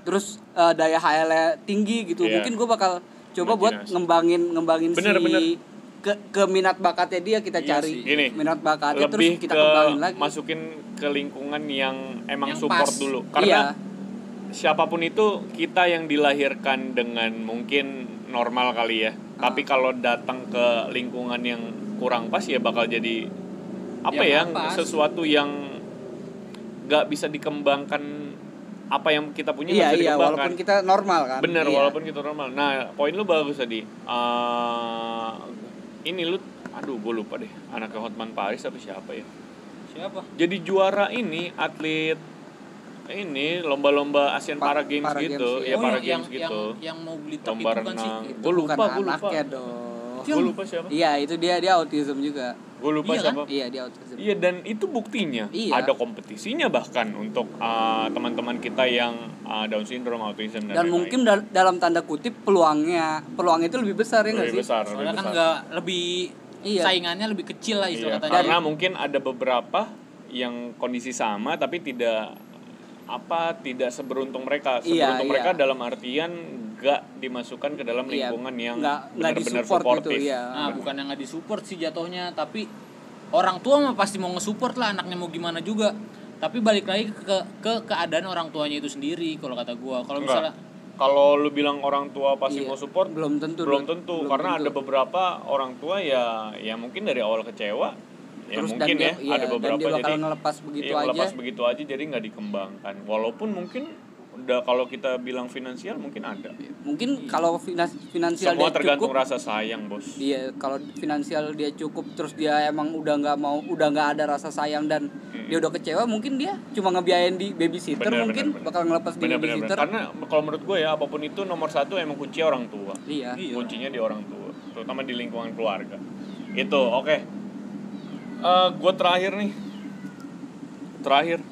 terus eh, daya HL tinggi gitu
Iya.
mungkin gue bakal coba buat
Imajinasi.
ngembangin ngembangin
Bener,
si
bener.
ke ke minat bakatnya dia kita
Iya
cari
sih.
Gini,
minat bakatnya
lebih
terus kita
ke
kembangin lagi
masukin ke lingkungan yang emang
Yang
support
pas.
dulu
iya
karena siapapun itu kita yang dilahirkan dengan mungkin normal kali ya
Ah.
tapi kalau datang ke lingkungan yang kurang pas ya bakal jadi apa
Ya,
ya,
nggak pas.
sesuatu yang nggak bisa dikembangkan apa yang kita punya
iya
nggak bisa
iya
dikembangkan
walaupun kita normal kan
bener
Iya.
walaupun kita normal nah poin lu bagus tadi Eh, ini lu aduh gue lupa deh anaknya Hotman Paris tapi siapa ya
Siapa?
jadi juara ini atlet ini lomba-lomba Asian
Pa-
Para Games
Para Games,
gitu
iya.
ya Para
Oh, yang,
Games
yang,
gitu
yang mau beli top
lomba
itu kan sih
renang
Itu
gue lupa
bukan
gue lupa
anaknya dong
gue lupa siapa
iya itu dia dia autism juga
gue lupa
Iya kan?
siapa
iya dia autism
iya dan itu buktinya
Iya.
ada kompetisinya bahkan untuk uh, teman-teman kita yang uh, Down syndrome autism dan,
dan
lain-lain.
mungkin dal- dalam tanda kutip peluangnya peluang itu lebih besar ya nggak
lebih
sih
besar
Soalnya
lebih
kan
besar.
nggak lebih
Iya.
saingannya lebih kecil lah
Iya,
istilah katanya.
karena mungkin ada beberapa yang kondisi sama tapi tidak apa tidak seberuntung mereka
Iya,
seberuntung
iya.
mereka dalam artian gak dimasukkan ke dalam
Iya,
lingkungan yang
nggak nggak
benar-benar
disupport gitu
suportif
ya
Nah, bukan yang nggak disupport sih jatuhnya, tapi orang tua mah pasti mau nge-support lah anaknya mau gimana juga. Tapi balik lagi ke ke keadaan orang tuanya itu sendiri kalau kata gua. Kalau
Enggak.
misalnya
kalau lu bilang orang tua pasti
Iya,
mau support belum
belum tentu
tentu,
belum
karena
tentu.
ada beberapa orang tua ya ya mungkin dari awal kecewa ya
Terus dan
mungkin ya
dia- iya,
ada
dan
beberapa
dia bakal
jadi
ngelepas begitu
iya, ngelepas
aja.
begitu aja jadi nggak dikembangkan walaupun mungkin udah kalau kita bilang finansial mungkin ada
mungkin kalau finas, finansial
semua
dia
tergantung
Iya, cukup Iya,
rasa sayang bos
dia kalau finansial dia cukup terus dia emang udah nggak mau udah nggak ada rasa sayang dan
Hmm.
dia udah kecewa mungkin dia cuma ngebiayain di babysitter
Bener,
mungkin
bener, bener.
bakal ngelepas di
benar-benar
babysitter
karena kalau menurut gue ya apapun itu nomor satu emang kunci orang tua
iya
kuncinya di orang tua terutama di lingkungan keluarga itu oke Eh, gue terakhir nih terakhir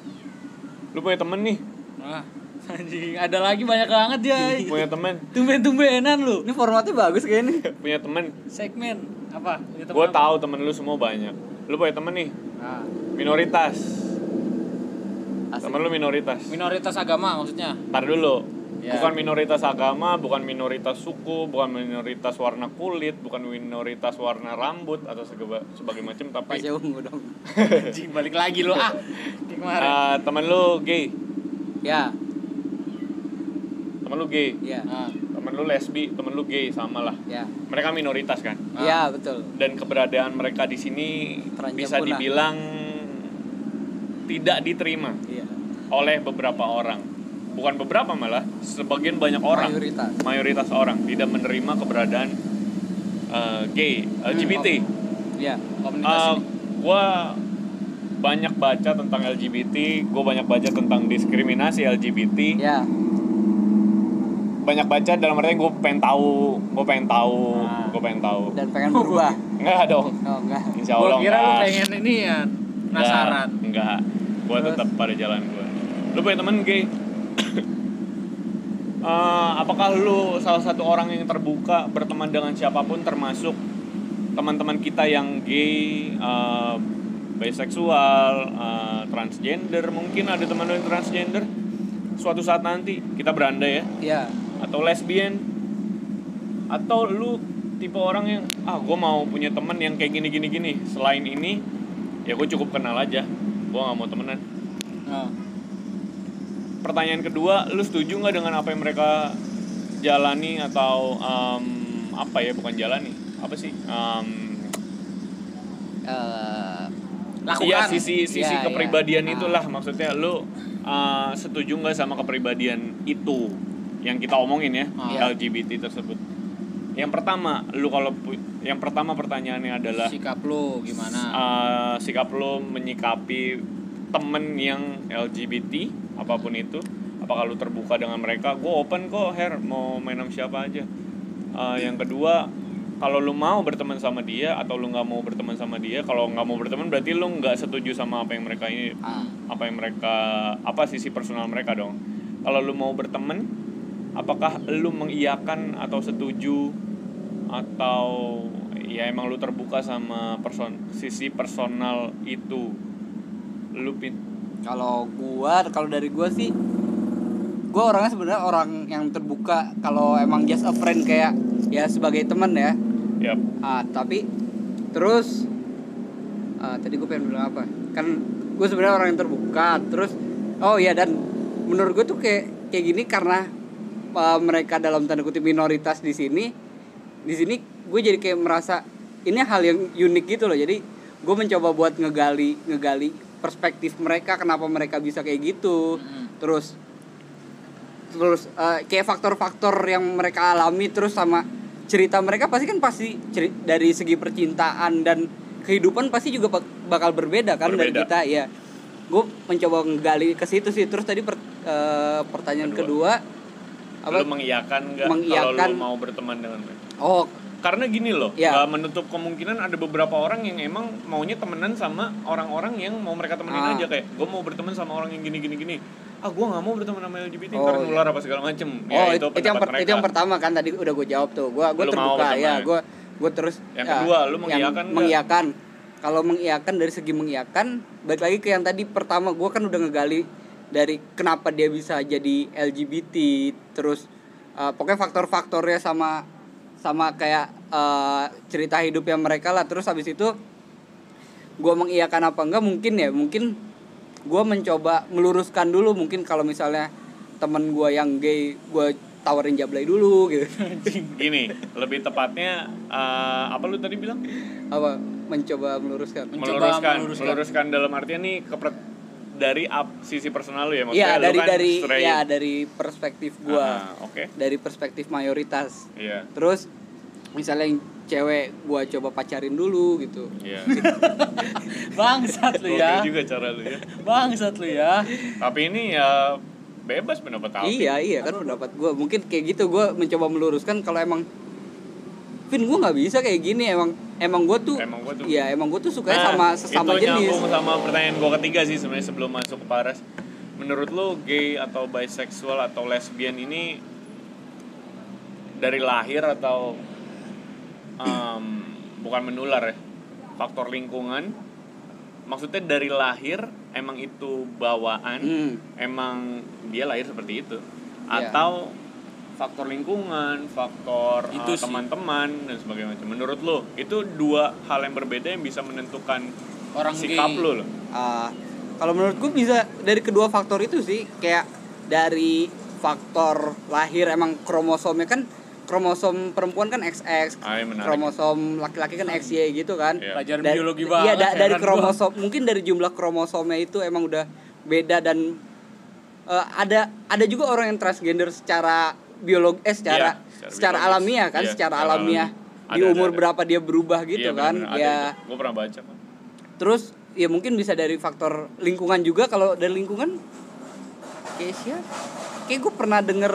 lu punya temen nih
Wah, <laughs> anjing, ada lagi banyak banget ya.
punya temen
Tumben-tumbenan lu.
ini formatnya bagus kayaknya
punya temen
Segmen apa? Ini teman
gue
apa?
tahu temen lu semua banyak lu punya temen nih
Nah,
minoritas
Asik.
temen lu minoritas
minoritas agama maksudnya.
<laughs> Ntar dulu.
Ya.
Bukan minoritas agama, bukan minoritas suku, bukan minoritas warna kulit, bukan minoritas warna rambut atau segeba- sebagai macam tapi eh,
masih ungu dong
Anjing, balik lagi lu ah. Kayak kemarin.
Eh, temen lu gay,
ya
temen lu gay,
ya
Ah,
temen lu lesbi, temen lu gay sama lah.
ya
Mereka minoritas kan.
Ah.
ya betul
Dan keberadaan mereka di sini
Terancam
bisa
punah.
dibilang tidak diterima
iya
oleh beberapa orang. Bukan beberapa malah, sebagian banyak orang.
mayoritas
mayoritas orang tidak menerima keberadaan eh, gay LGBT.
ya
Hmm, komunitas
Eh,
ini.
gua banyak baca tentang LGBT, gue banyak baca tentang diskriminasi LGBT,
ya
banyak baca dalam artian gue pengen tahu, gue pengen tahu,
Ah.
gue pengen tahu.
dan pengen
<laughs>
berubah
Enggak dong,
oh enggak
Insya Ya
Gua
Allah
kira lu
enggak.
pengen ini ya
Enggak,
penasaran.
Enggak. gue tetap pada jalan gue lu punya temen gay <coughs> Eh, apakah lu salah satu orang yang terbuka berteman dengan siapapun termasuk teman-teman kita yang gay eh, biseksual eh, transgender mungkin ada teman lu yang transgender suatu saat nanti kita berandai ya
ya
atau lesbian atau lu tipe orang yang ah gue mau punya temen yang kayak gini gini gini selain ini ya gue cukup kenal aja gue nggak mau temenan Ah.
Eh,
Nah,
pertanyaan kedua lu setuju nggak dengan apa yang mereka jalani atau em, apa ya bukan jalani apa sih Mmm, Em,
eh,
lakukan
Iya sisi sisi
Iya, iya.
kepribadian
Ah.
itulah maksudnya lu uh, setuju nggak sama kepribadian itu yang kita omongin ya
Iya.
Ah.
LGBT tersebut. Yang pertama lu kalau pu- yang pertama pertanyaannya adalah
sikap lu gimana
uh, sikap lu menyikapi temen yang LGBT apapun itu apakah lu terbuka dengan mereka gue open kok Her mau main sama siapa aja Uh, yang kedua kalau lu mau berteman sama dia atau lu nggak mau berteman sama dia kalau nggak mau berteman berarti lu nggak setuju sama apa yang mereka ini
Ah,
apa yang mereka apa sisi personal mereka dong kalau lu mau berteman apakah lu mengiyakan atau setuju atau ya emang lu terbuka sama person sisi personal itu lu pin-
kalau gua kalau dari gua sih gua orangnya sebenarnya orang yang terbuka kalau emang just a friend kayak ya sebagai teman ya
ya
ah tapi terus ah, tadi gue pengen bilang apa kan gue sebenarnya orang yang terbuka terus oh iya dan menurut gue tuh kayak kayak gini karena ah, mereka dalam tanda kutip minoritas di sini di sini gue jadi kayak merasa ini hal yang unik gitu loh jadi gue mencoba buat ngegali ngegali perspektif mereka kenapa mereka bisa kayak gitu
Mm.
terus terus eh, kayak faktor-faktor yang mereka alami terus sama cerita mereka pasti kan pasti ceri- dari segi percintaan dan kehidupan pasti juga bak- bakal berbeda kan dari
Berbeda.
kita ya gue mencoba menggali ke situ sih terus tadi per- eh, pertanyaan kedua, apa
lu mengiyakan nggak kalau
Mengiyakan.
lu mau berteman dengan mereka
oh
karena gini loh
Ya.
nggak menutup kemungkinan ada beberapa orang yang emang maunya temenan sama orang-orang yang mau mereka temenin
Ah.
aja kayak gue mau berteman sama orang yang gini gini gini ah gue nggak mau berteman sama LGBT
Oh,
ntar
iya.
nular apa segala macem Ya,
oh itu, itu yang
pendapat
per- itu yang pertama kan tadi udah gue jawab tuh gue gue
Lu mau
terbuka
berteman.
ya gue gue terus
Yang
ya,
kedua, lu
yang
mengiyakan nggak?
mengiyakan kalau mengiyakan dari segi mengiyakan balik lagi ke yang tadi pertama gue kan udah ngegali dari kenapa dia bisa jadi LGBT terus eh, pokoknya faktor-faktornya sama sama kayak eh, cerita hidupnya mereka lah terus habis itu gue mengiyakan apa enggak mungkin ya mungkin gue mencoba meluruskan dulu mungkin kalau misalnya temen gue yang gay gue tawarin jablay dulu
<laughs>
gitu
gini lebih tepatnya eh, apa lu tadi bilang
apa mencoba meluruskan
Mencoba
meluruskan
meluruskan.
meluruskan dalam artian nih kepre- dari up, sisi personal lu ya maksudnya
Iya
lu
dari
kan
dari
straight.
ya dari perspektif gua
Ah, oke
dari perspektif mayoritas
iya
terus misalnya yang cewek gua coba pacarin dulu gitu <laughs>
iya
bangsat lu
oke
ya
juga cara lu ya
bangsat lu ya
tapi ini ya bebas pendapat aku
iya iya kan pendapat gua mungkin kayak gitu gua mencoba meluruskan kalau emang Vin gua nggak bisa kayak gini emang emang gua tuh
Emang gua tuh-
iya emang gua tuh sukanya
Nah,
sama sesama
itu
jenis
nyambung sama pertanyaan gue ketiga sih sebenarnya sebelum masuk ke Paras menurut lo gay atau bisexual atau lesbian ini dari lahir atau em, bukan menular ya faktor lingkungan maksudnya dari lahir emang itu bawaan
Hmm.
emang dia lahir seperti itu
Iya.
atau faktor lingkungan, faktor uh,
Itu sih.
teman-teman dan sebagainya macam. Menurut lo itu dua hal yang berbeda yang bisa menentukan
Orang
sikap
gay.
lo lo.
Ah, kalau menurut gue bisa dari kedua faktor itu sih kayak dari faktor lahir emang kromosomnya kan kromosom perempuan kan XX,
Ah, ini menarik.
kromosom laki-laki kan XY gitu kan.
Iya.
Pelajaran
Da-
biologi
iya,
banget.
da- dari
heran gua.
kromosom mungkin dari jumlah kromosomnya itu emang udah beda dan eh, ada ada juga orang yang transgender secara biolog eh
Iya,
secara
secara
secara,
biologis.
alamiah kan,
Iya,
secara
secara
alamiah
alami.
di
Ada, ada,
umur
ada.
berapa dia berubah
Iya,
gitu kan. ya
Gue pernah baca. kan.
Terus ya mungkin bisa dari faktor lingkungan juga kalau dari lingkungan kayak siapa? Kayak gue pernah denger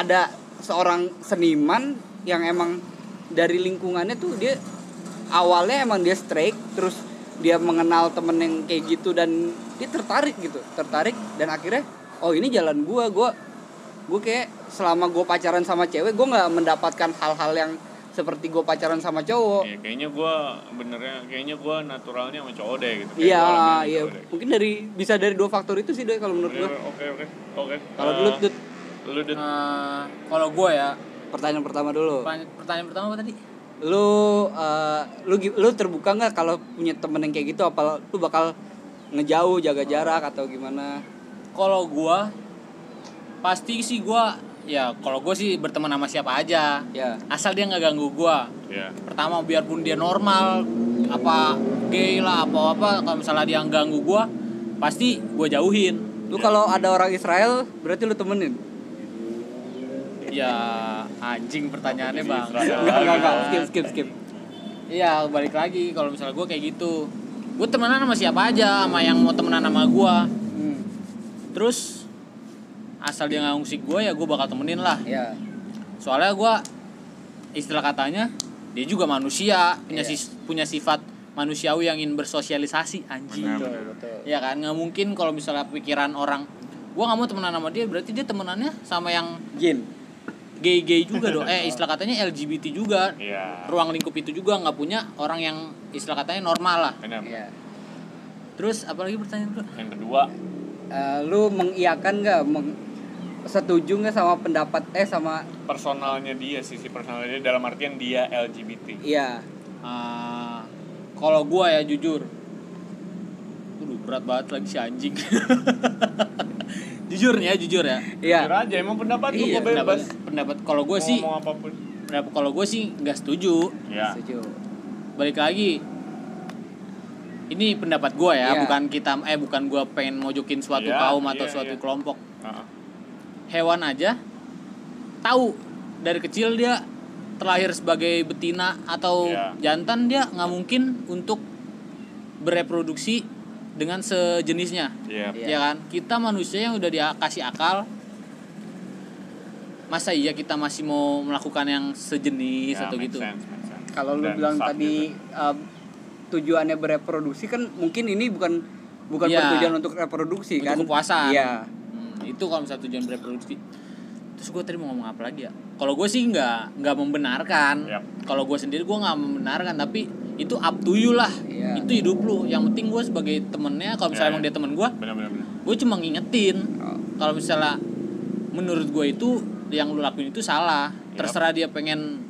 ada seorang seniman yang emang dari lingkungannya tuh dia awalnya emang dia strike terus dia mengenal temen yang kayak gitu dan dia tertarik gitu tertarik dan akhirnya oh ini jalan gua gua gue kayak selama gue pacaran sama cewek gue nggak mendapatkan hal-hal yang seperti gue pacaran sama cowok
Ya, kayaknya gua benernya kayaknya gua naturalnya sama cowok deh gitu. Kayak gua orangnya
iya
sama
iya
cowok deh.
mungkin dari bisa dari dua faktor itu sih deh kalau menurut gue
Oke oke oke. Oke.
kalau
Eh,
dulu Dut,
lu Dut.
Eh, kalau gue ya
pertanyaan pertama dulu
pertanya- pertanyaan pertama apa tadi
lu eh, lu gi- lu terbuka nggak kalau punya temen yang kayak gitu apa lu bakal ngejauh jaga jarak atau gimana
kalau gue pasti sih gue ya kalau gue sih berteman sama siapa aja
ya
asal dia nggak ganggu gue
Ya.
pertama biarpun dia normal apa gay lah apa apa kalau misalnya dia ganggu gua pasti gua jauhin
lu kalau ada orang Israel berarti lu temenin
ya anjing pertanyaannya
Apa
bang
sih, Israel?
Nggak, nggak, nggak. skip skip skip
iya balik lagi kalau misalnya gua kayak gitu gua temenan sama siapa aja sama yang mau temenan sama gua
hmm,
terus asal dia nggak ngusik gua ya gua bakal temenin lah
ya
soalnya gua istilah katanya dia juga manusia
Iya.
punya sis- punya sifat manusiawi yang ingin bersosialisasi anjing
Benar,
betul betul
Ya kan nggak mungkin kalau misalnya pikiran orang gua nggak mau temenan sama dia berarti dia temenannya sama yang
Jin
gay gay juga dong eh istilah katanya LGBT juga
Iya.
ruang lingkup itu juga nggak punya orang yang istilah katanya normal lah
Benar.
ya
terus apalagi pertanyaan bro
Yang kedua,
Eh, lu mengiakan nggak meng setuju nggak sama pendapat eh sama
personalnya dia, sisi personalnya dia dalam artian dia LGBT.
iya
Ah, kalau gua ya jujur Waduh berat banget lagi si anjing <laughs> jujur nih ya jujur ya
Jujur
iya
aja emang pendapat lu gua
Iya,
bebas.
pendapat pendapat kalau
Gua
gua sih Iya
ngomong apapun.
pendapat kalau gua sih nggak setuju
Ya.
setuju
balik lagi ini pendapat gue ya
Iya.
bukan kita eh bukan gue pengen mojokin suatu
Iya,
kaum atau
iya,
suatu
iya.
kelompok
Heeh.
hewan aja tahu dari kecil dia terlahir sebagai betina atau
Iya.
jantan dia nggak mungkin untuk bereproduksi dengan sejenisnya
Iya.
Iya.
ya kan kita manusia yang udah dikasih akal masa iya kita masih mau melakukan yang sejenis
Ya,
atau
make
gitu
sense, make sense.
kalau lu
Dan
bilang
sub
tadi
gitu.
eh, tujuannya bereproduksi kan mungkin ini bukan bukan
Iya.
bertujuan untuk reproduksi
Untuk
kan
kepuasan.
iya
Hmm, itu kalau misalnya tujuan bereproduksi terus gue tadi mau ngomong apa lagi ya kalau gue sih nggak nggak membenarkan
Yap.
kalau gue sendiri gue nggak membenarkan tapi itu up to you lah
Iya.
itu hidup lu yang penting gue sebagai temennya kalau
Iya,
misalnya emang
iya.
dia temen gue
Benar benar benar.
gue cuma ngingetin
Oh.
kalau misalnya menurut gue itu yang lu lakuin itu salah
Yap.
terserah dia pengen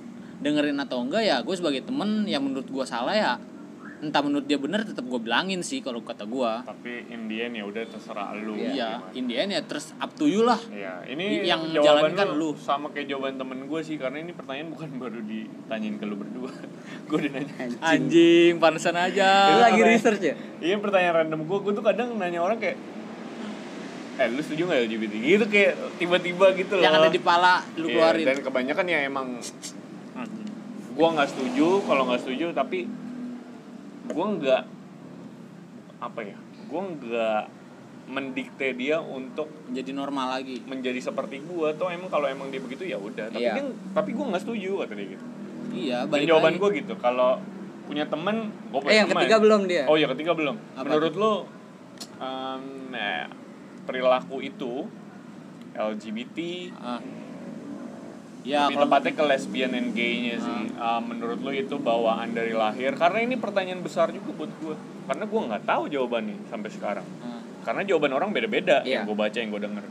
dengerin atau enggak ya gue sebagai temen yang menurut gue salah ya entah menurut dia bener tetap gue bilangin sih kalau kata gue
Tapi in the end ya udah terserah lu.
iya
Gimana.
in the end ya terus up to you lah
Iya, ini
Yang
jawaban
jalankan
lu,
lu.
sama kayak jawaban temen gue sih karena ini pertanyaan bukan <laughs> baru ditanyain ke lu berdua. <laughs> gue udah nanya.
Anjing,
Lu
panasan aja.
apa
lagi
ya?
research ya
Ini pertanyaan random gue, gue tuh kadang nanya orang kayak Eh lu setuju gak LGBT? Gitu kayak tiba-tiba gitu loh
Yang ada di pala lu
Iya,
keluarin.
Dan kebanyakan ya emang Gue gak setuju, kalau gak setuju tapi Gue gak Apa ya Gue gak mendikte dia untuk
Jadi normal lagi.
menjadi seperti gue atau emang kalau emang dia begitu ya udah tapi
Iya.
dia tapi gue nggak setuju kata dia gitu
Iya,
Dan
balik
jawaban
lagi.
gue gitu kalau punya temen gue punya
eh yang
teman.
ketiga belum dia
Oh ya ketiga belum.
Iya. Apa
Menurut lo em, eh, perilaku itu LGBT
Ah. Ya,
lebih
kalau Ah.
tepatnya ke lesbian and gay-nya sih. Eh, menurut lo itu bawaan dari lahir? Karena ini pertanyaan besar juga buat gue. Karena gue nggak tahu jawabannya sampai sekarang.
Ah.
Karena jawaban orang beda-beda
Iya.
yang gue baca yang gue denger.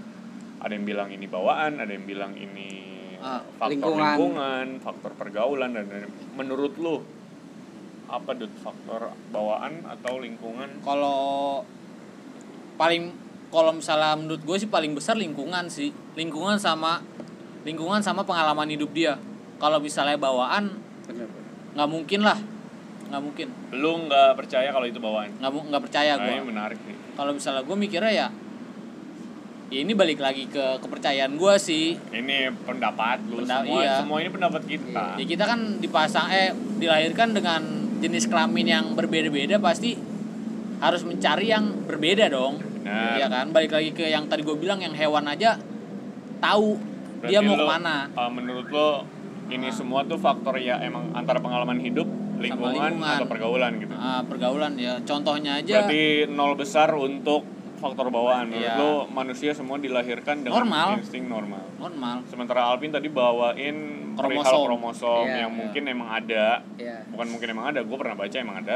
Ada yang bilang ini bawaan, ada yang bilang ini
Ah,
faktor
lingkungan.
lingkungan. faktor pergaulan dan, dan menurut lo apa dud faktor bawaan atau lingkungan
kalau paling kalau misalnya menurut gue sih paling besar lingkungan sih. Lingkungan sama lingkungan sama pengalaman hidup dia. Kalau misalnya bawaan
Bener.
nggak mungkin lah. Nggak mungkin.
lu nggak percaya kalau itu bawaan
Nggak mu- nggak percaya
nah,
gue.
ini menarik nih
Kalau misalnya gue mikirnya ya ya ini balik lagi ke kepercayaan gue sih.
ini pendapat lu
Pendapat,
semua
iya.
semua ini pendapat kita
Ya kita kan dipasang eh dilahirkan dengan jenis kelamin yang berbeda-beda pasti harus mencari yang berbeda dong.
Benar.
Iya kan? Balik lagi ke yang tadi gue bilang yang hewan aja tahu dia
Berarti
mau
lu,
kemana.
uh, menurut lo ini semua tuh faktor ya emang antara pengalaman hidup lingkungan,
lingkungan.
atau pergaulan gitu.
Ah, pergaulan ya contohnya aja
Berarti nol besar untuk faktor bawaan. Menurut
Iya.
lo manusia semua dilahirkan dengan
Normal.
insting normal.
normal
Sementara Alvin tadi bawain perihal
Kromosom.
kromosom
Iya,
yang
iya.
mungkin emang ada.
Iya.
Bukan mungkin emang ada, gue pernah baca emang ada.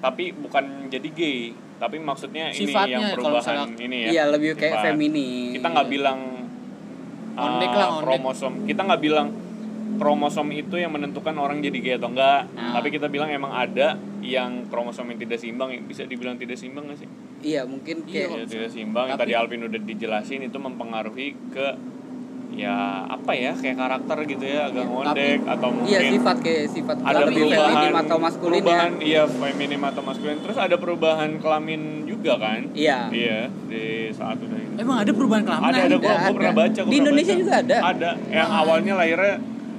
Tapi bukan jadi gay, tapi maksudnya ini
Sifatnya,
yang
kalau
perubahan
misalnya-
ini ya.
Iya, lebih kayak
Sifat.
feminis.
Kita nggak bilang ah,
Ondek lah, ondek.
kromosom. Kita nggak bilang kromosom itu yang menentukan orang jadi gay atau enggak.
Nah.
Tapi kita bilang emang ada yang kromosom yang tidak seimbang, bisa dibilang tidak seimbang nggak sih?
Iya, mungkin
Ya,
kayak
tidak seimbang yang tadi
Tapi-
Alvin udah dijelasin itu mempengaruhi ke ya apa ya kayak karakter gitu ya agak
Iya,
ngondek atau mungkin
Iya sifat kayak sifat
ada
lebih
perubahan
feminim atau maskulin
perubahan
ya.
iya feminim atau maskulin terus ada perubahan kelamin juga kan
Iya. Nah,
iya di saat udah ini
emang ada perubahan kelamin
ada ada gua,
ada.
gua pernah baca gua
Di
pernah
Indonesia
baca.
juga ada. Nah.
ada yang awalnya lahirnya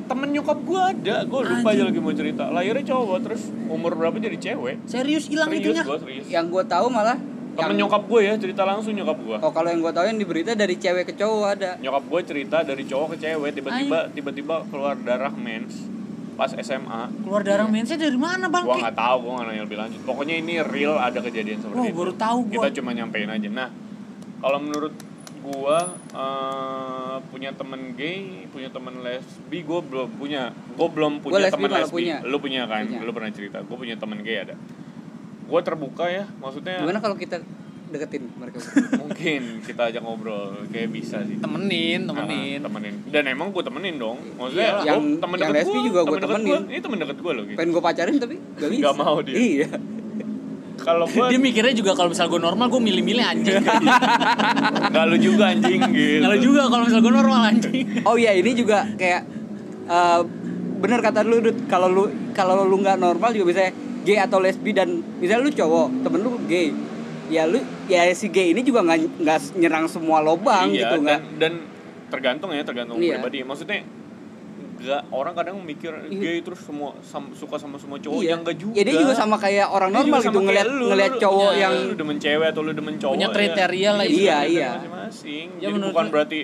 temen nyokap gua ada gua lupa aja lagi mau cerita lahirnya cowok terus umur berapa jadi cewek
serius hilang
serius
itunya
gua serius
Yang gue tahu malah
temen
Ya, yang-
nyokap gue ya cerita langsung nyokap gua
Oh, kalau yang gue tahu yang di berita dari cewek ke cowok ada.
nyokap gue cerita dari cowok ke cewek tiba-tiba tiba-tiba keluar darah mens pas SMA
keluar darah mensnya dari mana
gua
bangke
nggak tahu gua nggak nanya lebih lanjut pokoknya ini real ada kejadian
Oh,
seperti
Wah,
itu
baru tahu gua.
kita cuma nyampein aja nah kalau menurut gua eh, punya temen gay punya temen lesbi gua belum punya gua belum
Gua
punya
lesbi
temen
malah
lesbi
punya.
lu punya kan
Punya.
lu pernah cerita gua punya temen gay ada gua terbuka ya maksudnya
Gimana kalau kita deketin mereka?
<laughs> mungkin kita ajak ngobrol kayak bisa sih
temenin temenin
Ah, temenin. Dan emang gue temenin dong. Maksudnya gua-
Iyalah. Iya, Yang-
temen
yang
deket
lesbi
gua,
juga gua
temen deket
temenin.
gua. Ini temen deket gue loh gitu.
Pengen gue pacarin tapi gak bisa.
Nggak mau dia.
Iya.
Kalau gue
dia mikirnya juga kalau misal gue normal gue milih-milih
<laughs>
anjing
nggak lu juga anjing gitu.
kalau juga kalau misal gue normal anjing
Oh iya, ini juga kayak eh, bener kata lu Dut, kalau lu kalau lu nggak normal juga bisa gay atau lesbi dan misalnya lu cowok, temen lu gay. Ya lu ya si gay ini juga nggak nggak nyerang semua lobang
Iya,
gitu
dan,
nggak.
dan tergantung ya, tergantung
Iya.
pribadi. Maksudnya nggak orang kadang mikir
Iya.
gay terus semua sam- suka sama semua cowok
Iya.
yang enggak juga.
Ya dia juga sama kayak orang
Dia juga
normal
sama
gitu
kayak
ngelihat
lu,
ngelihat
lu-
cowok
iya,
yang
lu demen cewek atau lu demen cowok. ya.
Punya kriteria lah
Iya,
istilahnya.
iya.
Iya.
Masing-masing.
Ya,
Jadi
menurut
bukan
gua-
berarti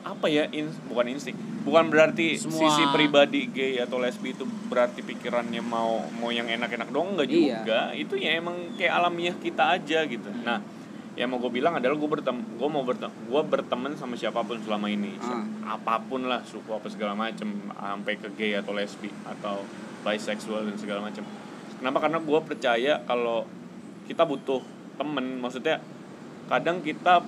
apa ya in- bukan insting. Bukan berarti
Semua.
sisi pribadi gay atau lesbi itu berarti pikirannya mau mau yang enak-enak doang enggak
Iya.
juga. Itu ya emang kayak alamiah kita aja gitu. Nah, yang mau gue bilang adalah gue bertem gue mau bertem gue berteman sama siapapun selama ini
Hmm.
Ah.
apapun lah suku apa segala macem sampai ke gay atau lesbi atau bisexual dan segala macem kenapa karena gue percaya kalau kita butuh temen maksudnya kadang kita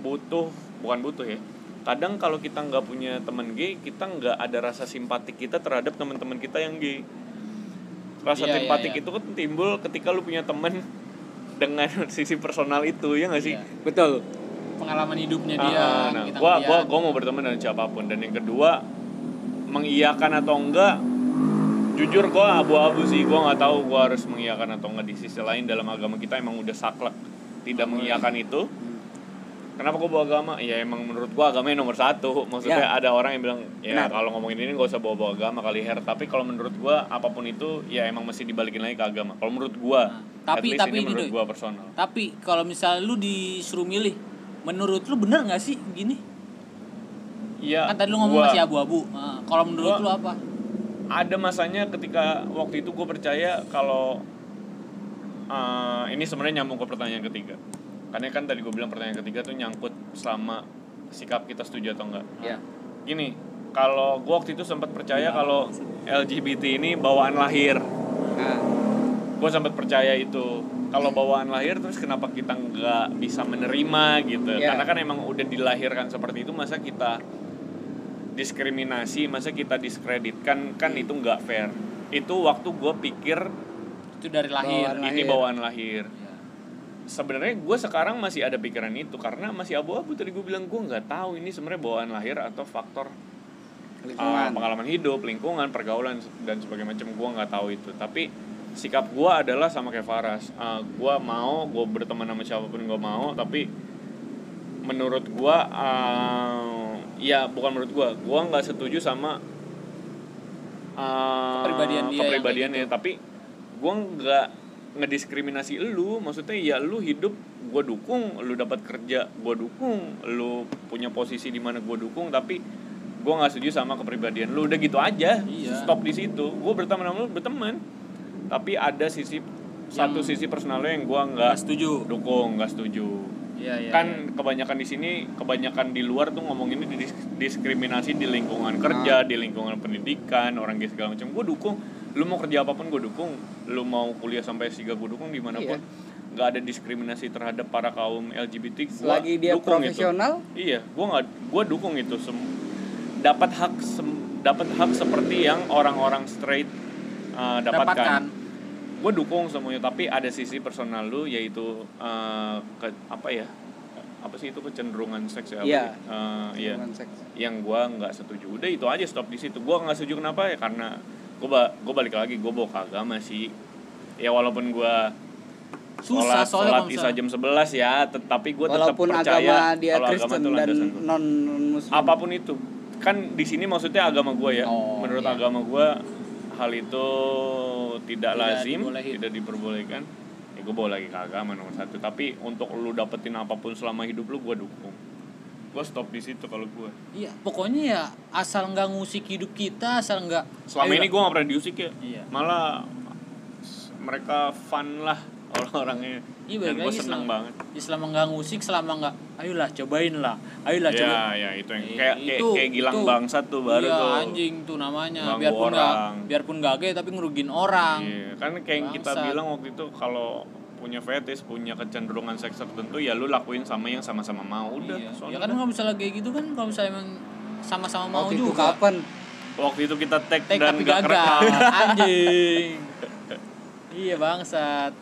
butuh bukan butuh ya kadang kalau kita nggak punya temen gay kita nggak ada rasa simpatik kita terhadap teman-teman kita yang gay rasa
Iya, iya,
simpatik
iya.
itu kan timbul ketika lu punya temen dengan <laughs> sisi personal itu ya nggak sih
Iya.
betul.
pengalaman hidupnya
Ah,
dia
ah, nah,
eh, kita
gua,
ngeliat.
gua, gua mau berteman dengan siapapun dan yang kedua mengiyakan atau enggak jujur gua abu-abu sih gua nggak tahu gua harus mengiyakan atau enggak di sisi lain dalam agama kita emang udah saklek tidak mengiyakan itu
Hmm.
kenapa gua bawa agama ya emang menurut gua agamanya nomor satu maksudnya
Ya.
ada orang yang bilang ya
Benar.
kalau ngomongin ini gak usah bawa bawa agama kali her tapi kalau menurut gua apapun itu ya emang mesti dibalikin lagi ke agama kalau menurut gua
Nah,
at
tapi-
least
tapi
ini
ini,
menurut
Doi.
gua personal
tapi kalau misal lu disuruh milih menurut lu bener nggak sih gini
ya
kan tadi lu ngomong
Ah, gua-
masih abu-abu Ah, kalau menurut
Gua-
lu apa
ada masanya ketika waktu itu gue percaya kalau eh, ini sebenarnya nyambung ke pertanyaan ketiga karena kan tadi gue bilang pertanyaan ketiga tuh nyangkut sama sikap kita setuju atau enggak
Iya.
gini kalau gue waktu itu sempat percaya kalau LGBT ini bawaan lahir
Nah,
gue sempat percaya itu kalau bawaan lahir terus kenapa kita nggak bisa menerima gitu
Iya.
karena kan emang udah dilahirkan seperti itu masa kita diskriminasi masa kita diskreditkan kan itu nggak fair itu waktu gue pikir
itu dari lahir
Bawaan
ini
lahir. Iya.
bawaan lahir sebenarnya gue sekarang masih ada pikiran itu karena masih abu-abu tadi gue bilang gue nggak tahu ini sebenarnya bawaan lahir atau faktor Uh,
lingkungan.
pengalaman hidup, lingkungan, pergaulan dan sebagainya macam gua nggak tahu itu. Tapi sikap gua adalah sama kayak Faras. Uh, gua mau, gua berteman sama siapapun gua mau, tapi menurut gua uh, ya bukan menurut gua, gua nggak setuju sama uh,
Kepribadian dia yang kayak gitu.
kepribadiannya, tapi gua nggak ngediskriminasi lu maksudnya ya lu hidup gue dukung lu dapat kerja gue dukung lu punya posisi di mana gue dukung tapi gue nggak setuju sama kepribadian lu udah gitu aja
Iya.
stop di situ gue berteman sama lu berteman tapi ada sisi satu sisi personalnya yang gua nggak
nggak setuju
dukung nggak setuju
Iya, iya,
kan
iya.
kebanyakan di sini kebanyakan di luar tuh ngomongin ini dis- diskriminasi di lingkungan
Ah.
kerja di lingkungan pendidikan orang gay segala macam gue dukung lu mau kerja apapun gue dukung lu mau kuliah sampai S3 gue dukung dimanapun
Iya.
nggak ada diskriminasi terhadap para kaum LGBT gua
Selagi dia
dukung itu.
profesional.
iya gue nggak gue dukung itu Sem- dapat hak sem- dapat hak seperti yang orang-orang straight uh,
iya. Dapatkan.
dapatkan gue dukung semuanya tapi ada sisi personal lu yaitu eh, ke, apa ya apa sih itu kecenderungan seks ya apa
Iya.
sih? Eh, iya
Hubungan seks.
yang gue nggak setuju udah itu aja stop di situ gue nggak setuju kenapa ya karena gue ba gua balik lagi gue bawa ke agama sih ya walaupun gue
susah soalnya
sholat
kalau
isya
misalnya
jam 11 ya tetapi gue tetap
Walaupun
percaya
agama dia
kalau
Kristen
agama itu
dan
landasan gua
non muslim.
apapun itu kan di sini maksudnya agama gue ya
Oh,
menurut
iya.
agama gue hal itu tidak,
Tidak
lazim
dibolehin.
tidak diperbolehkan ya gue bawa lagi ke agama nomor satu tapi untuk lu dapetin apapun selama hidup lu gue dukung gue stop di situ kalau gue
iya pokoknya ya asal nggak ngusik hidup kita asal nggak
selama
Ayo,
ini gue gak pernah diusik ya
Iya.
malah s- mereka fun lah orang-orangnya
Iya,
dan
balik
gue
lagi
seneng
selama-
banget
ya, selama nggak ngusik selama nggak ayolah cobain lah ayolah coba
ya ya itu yang kayak kayak,
Iya, Itu,
kayak gilang
itu.
bangsa tuh baru
iya,
tuh
anjing tuh namanya
Ganggu
biarpun nggak
orang.
biarpun gage tapi ngerugin orang
Iya, kan kayak yang kita
Bangsat.
bilang waktu itu kalau punya fetish, punya kecenderungan seks tertentu ya lu lakuin sama yang sama-sama mau udah.
Iya.
soalnya
ya kan
udah.
kalau misalnya kayak gitu kan kalau misalnya emang sama-sama mau
Waktu itu
juga
kapan?
waktu itu kita tag,
Tek
dan
tapi
gak
gagal
kerekam.
anjing iya bangsat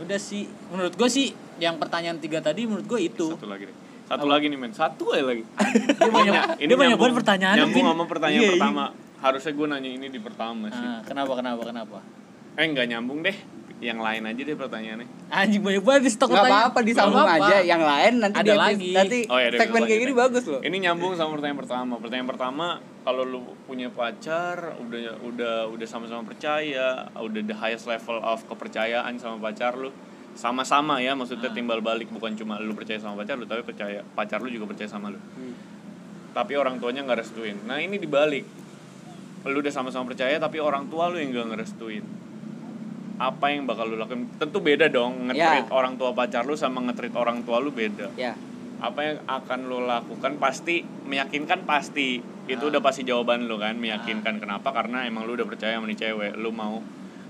udah sih menurut gue sih yang pertanyaan tiga tadi menurut gue itu
Satu lagi deh. Satu lagi nih men, satu aja lagi.
<laughs> dia banyak dia banyak
nyambung-
banget pertanyaan
Nyambung
Vin.
sama pertanyaan
Iya, iya.
pertama. Harusnya gue nanya ini di pertama sih.
Ah, kenapa kenapa kenapa
Eh nggak nyambung deh. Yang lain aja deh pertanyaannya.
anjing banyak banget di stok
Enggak
pertanyaan.
apa-apa disambung
Nggak apa-apa.
aja ya. yang lain nanti
Ada
di episode-
lagi.
nanti
Oh, iya, ada
segmen
lagi
kayak
deh.
gini bagus loh.
Ini nyambung sama pertanyaan pertama. Pertanyaan pertama, kalau lu punya pacar, udah udah udah sama-sama percaya, udah the highest level of kepercayaan sama pacar lu. Sama-sama ya, maksudnya timbal balik bukan cuma lu percaya sama pacar lu, tapi percaya pacar lu juga percaya sama lu. Tapi orang tuanya nggak restuin. Nah, ini dibalik. Lu udah sama-sama percaya tapi orang tua lu yang nggak ngerestuin. Apa yang bakal lu lakuin? Tentu beda dong, ngetrit
Ya.
orang tua pacar lu sama ngetrit orang tua lu beda
Ya.
apa yang akan lo lakukan pasti meyakinkan pasti itu
Ah.
udah pasti jawaban lo kan meyakinkan kenapa karena emang lo udah percaya sama nih cewek lo mau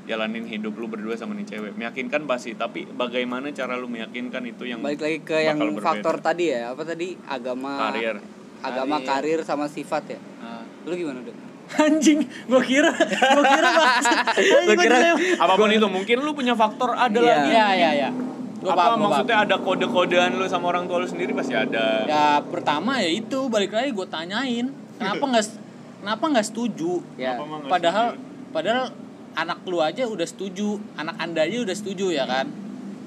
jalanin hidup lu berdua sama nih cewek meyakinkan pasti tapi bagaimana cara lu meyakinkan itu yang
Balik lagi ke
bakal
yang
berbeda.
faktor tadi ya. Apa tadi? Agama.
karir
Agama, karir sama sifat ya.
Ah.
Lu gimana, Dok?
<laughs> anjing gua kira gua kira bangsat. Anjing,
Lu
gua
kira-
dilempar.
apapun itu mungkin lu punya faktor ada
Iya.
lagi
Iya iya iya.
apa
Gua paham, gua
maksudnya ada kode-kodean lu sama orang tua lu sendiri pasti
paham.
ada
Ya pertama ya itu balik lagi gue tanyain kenapa nggak kenapa nggak setuju?
Ya.
Apa, Mang? Nggak
Padahal padahal anak lu aja udah setuju, anak anda aja udah setuju ya kan?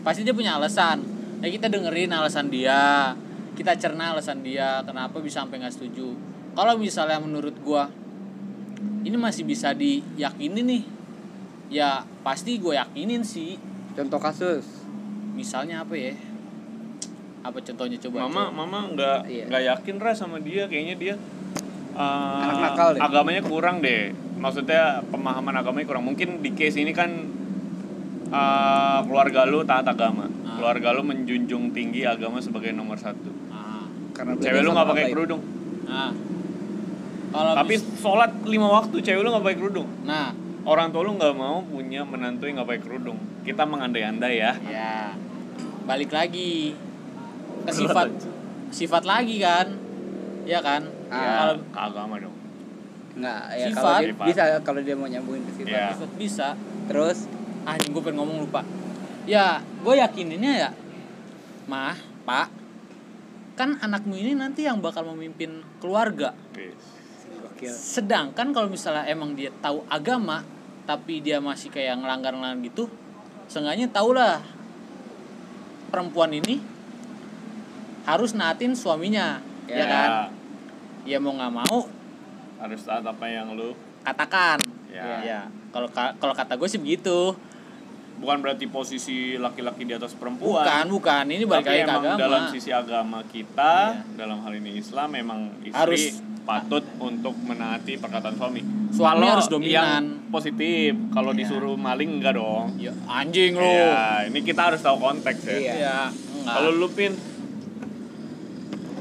Pasti dia punya alasan. Ya kita dengerin alasan dia, kita cerna alasan dia kenapa bisa sampai nggak setuju. Kalau misalnya menurut gua ini masih bisa diyakini nih, ya pasti gue yakinin sih.
Contoh kasus.
misalnya apa ya apa contohnya coba
mama mama nggak
Iya.
nggak yakin ras sama dia kayaknya dia uh,
Anak nakal deh.
agamanya kurang deh maksudnya pemahaman agamanya kurang mungkin di case ini kan uh, keluarga lu taat agama
Ah.
keluarga lu menjunjung tinggi agama sebagai nomor satu
ah,
Karena
cewek
beda
lu
sama
nggak pakai
baik.
kerudung
ah. kalau
tapi
bis-
sholat lima waktu cewek lu nggak pakai kerudung
nah
orang tua lu nggak mau punya menantu yang nggak pakai kerudung kita mengandai-andai ya
ya balik lagi ke sifat sifat lagi kan ya kan
ya
kalau
ke agama dong
Enggak, ya
Sifat.
kalau dia-
Sifat.
bisa kalau dia mau nyambungin ke sifat.
Iya.
sifat bisa
Terus
anjing gue pengen ngomong lupa ya gue yakininnya ya mah pak kan anakmu ini nanti yang bakal memimpin keluarga
Yes.
gokil.
Sedangkan kalau misalnya emang dia tahu agama tapi dia masih kayak ngelanggar-ngelanggar gitu, seenggaknya tahulah perempuan ini harus naatin suaminya, ya
Iya.
Ya.
kan? Ya mau nggak mau
harus taat apa yang lu
katakan.
Ya.
Ya. Kalau ka- kalau kata gue sih begitu.
bukan berarti posisi laki-laki di atas perempuan
Bukan, bukan. Ini balik
tapi
lagi ke
emang
agama.
dalam sisi agama kita dalam hal ini Islam memang istri
Harus
patut untuk menaati perkataan suami. Kalau
Suami harus dominan. Iya.
Yang positif. Kalau disuruh maling enggak dong.
Ya, anjing lu.
Iya, ini kita harus tahu konteks ya.
Iya.
Ya, enggak.
Kalau lu pin,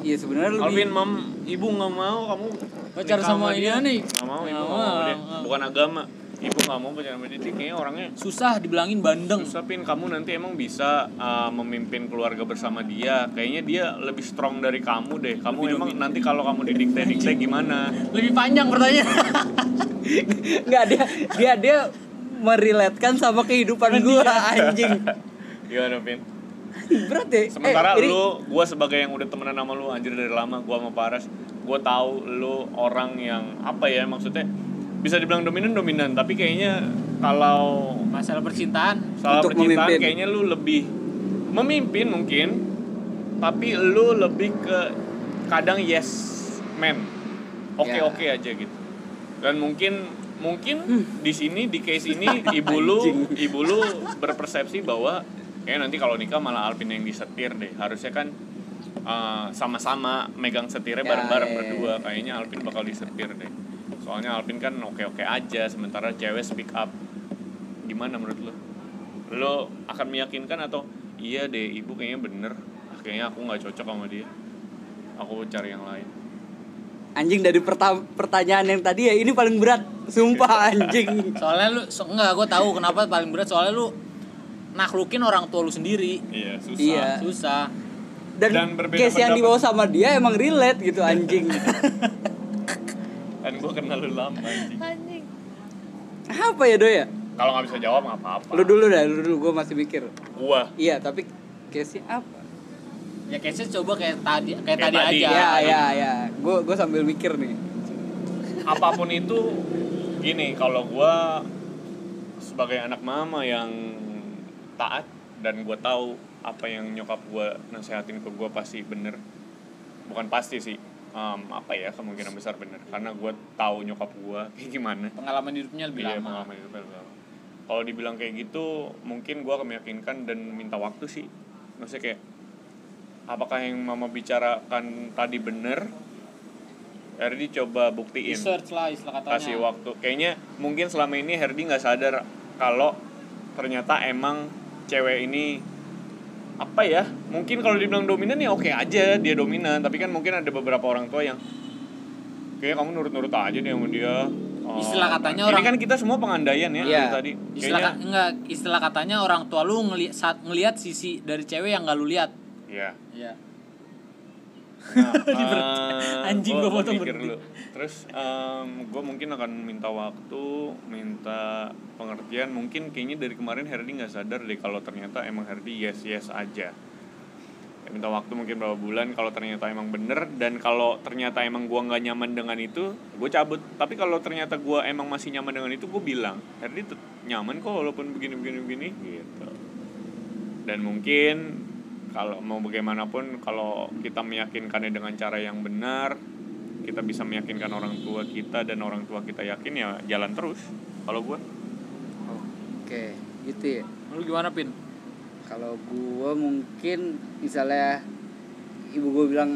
Iya sebenarnya
kalau pin
lebih
mam ibu nggak mau kamu
Pacar
nikah
sama
dia.
dia nih.
Nggak mau ibu
Nggak
nggak mau
mau,
dia.
nggak.
Bukan agama. Ibu nggak mau pacaran sama dia. Jadi Kayaknya orangnya
susah dibilangin bandeng.
Susah Pin, kamu nanti emang bisa uh, memimpin keluarga bersama dia. Kayaknya dia lebih strong dari kamu deh. Kamu emang nanti kalau kamu didikte-dikte gimana?
Lebih panjang pertanyaan.
nggak dia dia dia meriletkan sama
Iya.
kehidupan gua anjing.
Gimana Pin?
Berat ya. Eh,
Sementara
ini-
lu, gue sebagai yang udah temenan sama lu anjir dari lama, gue sama Paras, gue tahu lu orang yang apa ya maksudnya bisa dibilang dominan dominan, tapi kayaknya kalau
<laughs> Masalah percintaan.
salah
Untuk
percintaan
memimpin.
kayaknya lu lebih memimpin mungkin, tapi lu lebih ke kadang yes man, oke
Ya.
oke aja gitu. Dan mungkin mungkin
Hmm.
di sini di case
<laughs>
ini ibu lu ibu lu berpersepsi bahwa kayak nanti kalau nikah malah Alvin yang disetir deh. Harusnya kan uh, sama-sama megang setirnya
Ya,
bareng-bareng
ya, ya.
berdua. Kayaknya Alvin bakal disetir deh. Soalnya Alvin kan oke-oke aja sementara cewek speak up. Gimana menurut lu? Lo akan meyakinkan atau iya deh ibu kayaknya bener. Ah, Kayaknya aku nggak cocok sama dia. Aku cari yang lain.
anjing dari perta- pertanyaan yang tadi ya ini paling berat. Sumpah
<laughs>
anjing.
Soalnya lu so, enggak gua tahu kenapa paling berat soalnya lu naklukin orang tua lu sendiri.
Iya, susah.
Iya.
Susah.
Dan,
Dan berbeda
case
pendapat.
yang dibawa sama dia emang relate
<laughs>
gitu anjing.
Kan gua kenal lu lama anjing.
Apa ya doya?
Kalau nggak bisa jawab nggak apa-apa.
Lu dulu dah, lu dulu gua masih mikir.
Gua.
Iya, tapi case-nya apa?
Ya case coba kayak tadi kayak, tadi,
tadi. Iya,
aja.
Ya, ya, ya. Gua gua sambil mikir nih.
apapun itu gini kalau gua sebagai anak mama yang taat dan gua tahu apa yang nyokap gua nasehatin ke gua pasti bener bukan pasti sih em, apa ya kemungkinan besar bener karena gua tahu nyokap gua kayak gimana
Pengalaman hidupnya lebih
Iya,
lama.
pengalaman hidupnya lebih lama. Kalau dibilang kayak gitu, mungkin gua akan meyakinkan dan minta waktu sih. Maksudnya kayak apakah yang mama bicarakan tadi bener? Herdi coba buktiin.
Research lah istilah katanya.
Kasih waktu. Kayaknya mungkin selama ini Herdi nggak sadar kalau ternyata emang cewek ini apa ya? Mungkin kalau dibilang dominan ya oke aja dia dominan, tapi kan mungkin ada beberapa orang tua yang kayaknya kamu nurut-nurut aja deh sama dia. Oh,
Istilah katanya
ini
orang-
kan kita semua pengandaian ya
Iya.
dari tadi.
Istilah
Kayaknya
ka- enggak istilah katanya orang tua lu ngeli, saat ngelihat sisi dari cewek yang enggak lu lihat.
Iya.
Iya. <laughs>
Nah,
Anjing,
eh,
gua
gua
potong
mikir
berhenti.
dulu. Terus gue mungkin akan minta waktu, minta pengertian. Mungkin kayaknya dari kemarin Herdi nggak sadar deh kalau ternyata emang Herdi yes yes aja. Ya, minta waktu mungkin berapa bulan kalau ternyata emang bener dan kalau ternyata emang gua nggak nyaman dengan itu gue cabut tapi kalau ternyata gua emang masih nyaman dengan itu gue bilang Herdi tet- nyaman kok walaupun begini begini begini gitu dan mungkin kalau mau bagaimanapun kalau kita meyakinkannya dengan cara yang benar kita bisa meyakinkan orang tua kita dan orang tua kita yakin ya jalan terus kalau gue
Oke, gitu ya.
Lu gimana, <laughs> Pin?
Kalau gua mungkin misalnya ibu gua bilang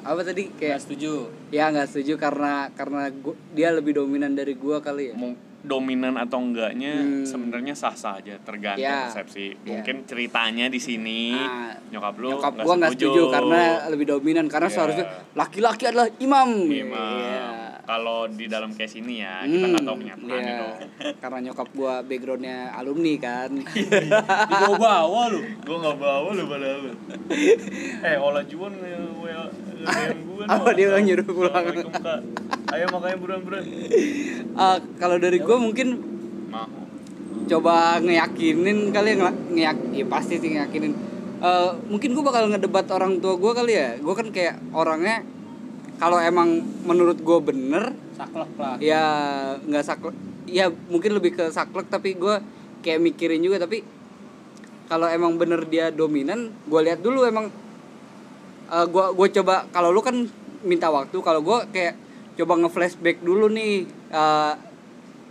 apa tadi
Enggak
kayak
setuju.
ya nggak setuju karena karena gua- dia lebih dominan dari gua kali ya.
Mu- dominan atau enggaknya
Hmm.
sebenarnya sah-sah aja tergantung
Ya.
persepsi
Ya.
mungkin ceritanya di sini
Ah,
nyokap lu
nyokap gua nggak setuju karena lebih dominan karena
Iya.
seharusnya laki-laki adalah imam.
Gimana?
Iya.
kalau di dalam case ini ya kita nggak tahu
Hmm,
kenyataannya
iya.
dong
Karena nyokap gua backgroundnya alumni kan.
Dibawa-bawa lu.
gue nggak bawa lu padahal lu eh olah juan ngewean gue
Ah, Apa dia orang nyuruh pulang?
Assalamualaikum, Kak. ayo makanya buruan buruan
Eh, kalau dari gua mungkin
mau
coba ngeyakinin kali ya ngela- ngeyak ya pasti sih ngeyakinin Eh, mungkin gue bakal ngedebat orang tua gue kali ya gue kan kayak orangnya kalau emang menurut gue bener
Saklek lah.
ya nggak saklek ya mungkin lebih ke saklek tapi gue kayak mikirin juga tapi kalau emang bener dia dominan gue lihat dulu emang eh, gue gue coba kalau lu kan minta waktu kalau gue kayak coba nge flashback dulu nih eh,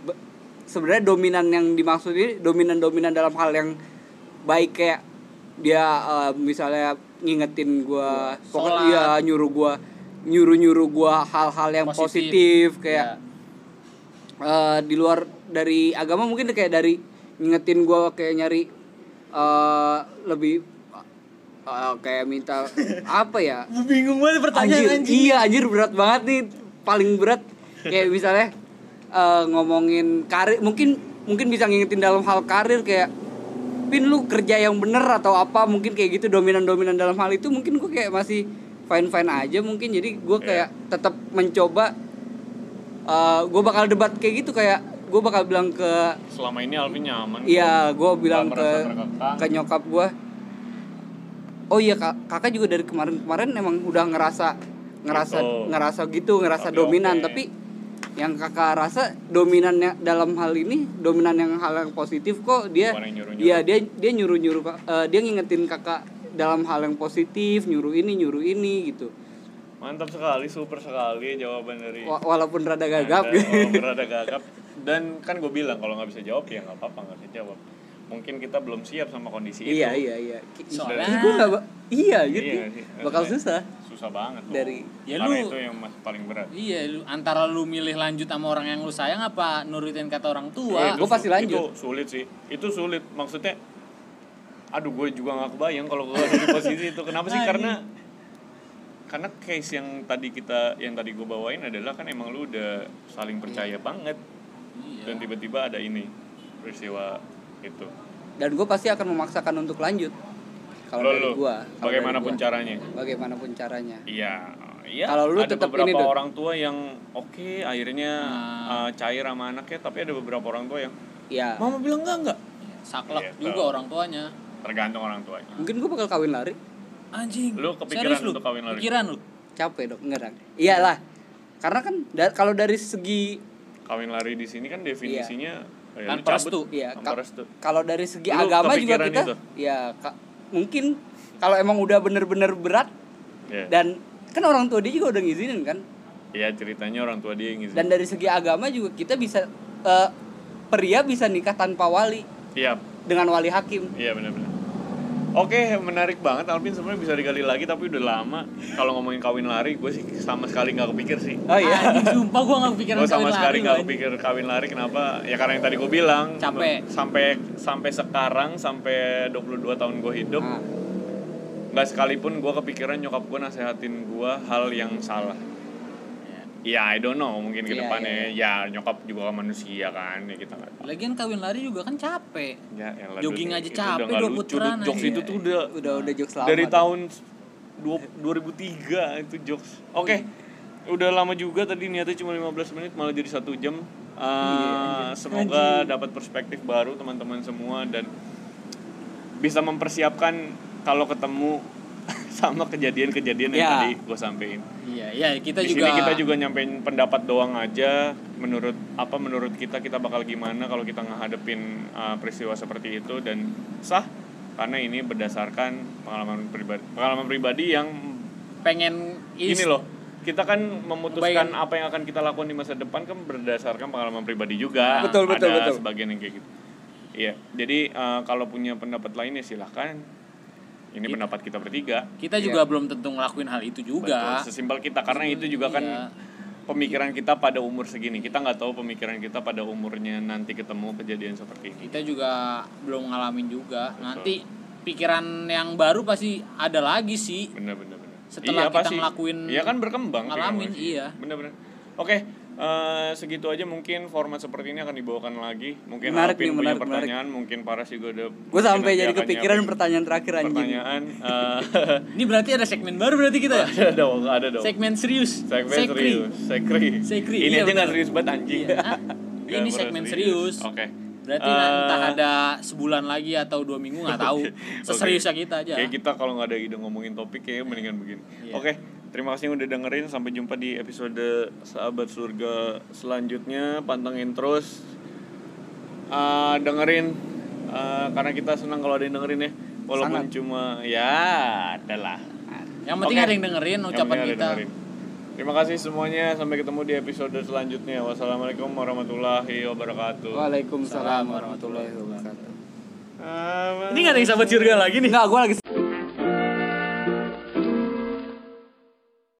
be- sebenarnya dominan yang dimaksud ini dominan dominan dalam hal yang baik kayak dia eh, misalnya ngingetin gue
Sholat.
pokoknya iya nyuruh gue nyuruh-nyuruh gua hal-hal yang positif, kayak
Ya.
eh, di luar dari agama mungkin kayak dari ngingetin gua kayak nyari eh, lebih eh, kayak minta apa ya
Gua bingung banget pertanyaan
anjir,
anjing.
iya anjir berat banget nih paling berat kayak misalnya eh, ngomongin karir mungkin mungkin bisa ngingetin dalam hal karir kayak pin lu kerja yang bener atau apa mungkin kayak gitu dominan dominan dalam hal itu mungkin gue kayak masih fine fine aja mungkin jadi
Iya.
gue kayak tetap mencoba gue bakal debat kayak gitu kayak gue bakal bilang ke
Selama ini Alvin nyaman.
Iya, gue bilang
Nggak
ke
merasa terkekang.
ke nyokap gue. Oh iya kak, kakak juga dari kemarin-kemarin emang udah ngerasa ngerasa
Gitu.
ngerasa gitu ngerasa
Tapi
dominan
oke.
tapi yang kakak rasa dominannya dalam hal ini dominan yang hal yang positif kok dia
Bukan yang nyuruh-nyuruh.
iya dia dia nyuruh nyuruh dia ngingetin kakak dalam hal yang positif nyuruh ini nyuruh ini gitu
Mantap sekali, super sekali jawaban dari.
Wa- walaupun rada Oh, gagap
Anda. Oh, berada gagap. Dan kan gue bilang kalau nggak bisa jawab ya nggak apa-apa nggak bisa jawab. Mungkin kita belum siap sama kondisi
<laughs> iya
itu.
iya iya Ki-
Soalnya-
ih, gua nggak ba- iya gitu
Iya sih,
bakal
maksudnya.
susah
Susah banget. tuh.
Dari-
Ya,
Karena
lu-
itu yang masih paling berat.
Iya, lu, antara lu milih lanjut sama orang yang lu sayang apa nurutin kata orang
Eh,
tua?
itu
gua oh, pasti
su-
lanjut.
Itu sulit sih. Itu sulit. Maksudnya aduh gue juga nggak kebayang kalau gue ada di posisi itu. Kenapa sih?
Nah,
Karena
iya.
karena case yang tadi kita yang tadi gue bawain adalah kan emang lu udah saling percaya banget
Iya.
dan tiba-tiba ada ini peristiwa itu.
dan gue pasti akan memaksakan untuk lanjut kalau
Lo-
dari
lo,
gue
bagaimanapun caranya.
bagaimanapun caranya
Iya, iya.
Kalau lu
ada
tetap
beberapa
ini, Dut. Nah.
orang tua yang oke akhirnya eh, cair sama anaknya, tapi ada beberapa orang tua yang
ya
mama bilang enggak enggak.
Saklek
Iya,
juga
tahu.
orang tuanya.
Tergantung orang tuanya.
mungkin gue bakal kawin lari
Anjing.
Lu kepikiran
serius lu?
untuk kawin lari?
Pikiran lu.
capek dong enggak Dang. iyalah karena kan da- kalau dari segi
Kawin lari di sini kan definisinya ya,
Kan
lu cabut,
restu.
Iya,
tanpa
Kak.
restu.
kalau dari segi
Lu
agama juga
kepikiran
kita
itu?
ya ka- mungkin kalau emang udah bener-bener berat
Iya.
dan kan orang tua dia juga udah ngizinin kan
Iya, ceritanya orang tua dia yang ngizinin.
dan dari segi agama juga kita bisa eh, pria bisa nikah tanpa wali
Iya,
dengan wali hakim
iya benar-benar. Oke, menarik banget Alvin sebenarnya bisa digali lagi tapi udah lama kalau ngomongin kawin lari gue sih sama sekali nggak kepikir sih.
oh iya
Anjing, sumpah gua gak kepikiran
gue sama
kawin
sekali
lari,
nggak
lu, anjing.
kepikir kawin lari kenapa ya karena yang tadi gue bilang
Capek.
sampai sampai sekarang sampai 22 tahun gue hidup
Nah,
nggak sekalipun gue kepikiran nyokap gue nasehatin gue hal yang salah ya I don't know mungkin ke
Iya,
depannya ya nyokap juga manusia kan ya kita nggak tahu
Lagian kawin lari juga kan capek.
ya elah,
Jogging
Dut,
aja
itu
capek,
udah nggak
dua
lucu, Dut.
putaran
jokes
aja.
itu tuh udah
udah udah jokes lama
dari
dong.
tahun dua- 2003 itu jokes oke
Iya.
udah lama juga tadi niatnya cuma 15 menit malah jadi satu jam Eh,
Iya,
semoga dapat perspektif baru teman-teman semua dan bisa mempersiapkan kalau ketemu <laughs> sama kejadian-kejadian yang
Ya.
tadi gue sampein
Iya, iya, kita
di
juga
sini kita juga nyampein pendapat doang aja menurut apa menurut kita kita bakal gimana kalau kita ngehadepin uh, peristiwa seperti itu dan sah karena ini berdasarkan pengalaman pribadi pengalaman pribadi yang
pengen is-
ini loh kita kan memutuskan
Bayangin.
apa yang akan kita lakukan di masa depan kan berdasarkan pengalaman pribadi juga
Betul, betul,
ada
betul.
sebagian yang kayak gitu iya jadi uh, kalau punya pendapat lain ya silahkan ini pendapat kita bertiga
Kita juga
Iya.
belum tentu ngelakuin hal itu juga.
Betul, sesimpel kita karena itu juga kan
Iya.
pemikiran kita pada umur segini. Kita nggak tahu pemikiran kita pada umurnya nanti ketemu kejadian seperti ini.
Kita juga belum ngalamin juga. Nanti pikiran yang baru pasti ada lagi sih.
Bener bener bener.
Setelah kita ngelakuin-
Iya kan berkembang. pikiran
ngalamin,
manusia.
iya.
Bener bener. Oke, eh, segitu aja mungkin format seperti ini akan dibawakan lagi. Mungkin
Menarik
Alvin
nih,
punya
menarik,
pertanyaan, mungkin Paras juga udah.
Gue sampai
mungkin
jadi
nanti akan
kepikiran
nyiapin
pertanyaan terakhir anjing.
pertanyaan.
Ini berarti ada segmen baru berarti kita ya?
Eh, <laughs> ada dong, ada dong.
Segmen serius.
Segmen
Sekri.
serius, sekri.
Sekri,
Ini
iya,
aja nggak
bener.
serius banget anjing.
Iya. Ah,
Nggak
ini
pernah
<laughs> segmen serius.
Oke.
Berarti
Eh,
entah ada sebulan lagi atau dua minggu nggak <laughs> tahu. Seseriusnya kita aja.
Kayak kita kalau nggak ada ide ngomongin topik kayak mendingan begini.
Iya.
Oke, terima kasih yang udah dengerin. Sampai jumpa di episode Sahabat Surga selanjutnya. Pantengin terus, Eh, dengerin Eh, karena kita senang kalau ada yang dengerin ya. Walaupun cuma ya adalah.
Yang penting
Oke.
ada yang dengerin ucapan kita.
Terima kasih semuanya. Sampai ketemu di episode selanjutnya. Wassalamualaikum warahmatullahi wabarakatuh.
Waalaikumsalam warahmatullahi wabarakatuh.
Aman.
Ini nggak ada yang sahabat surga lagi nih.
Enggak, gue lagi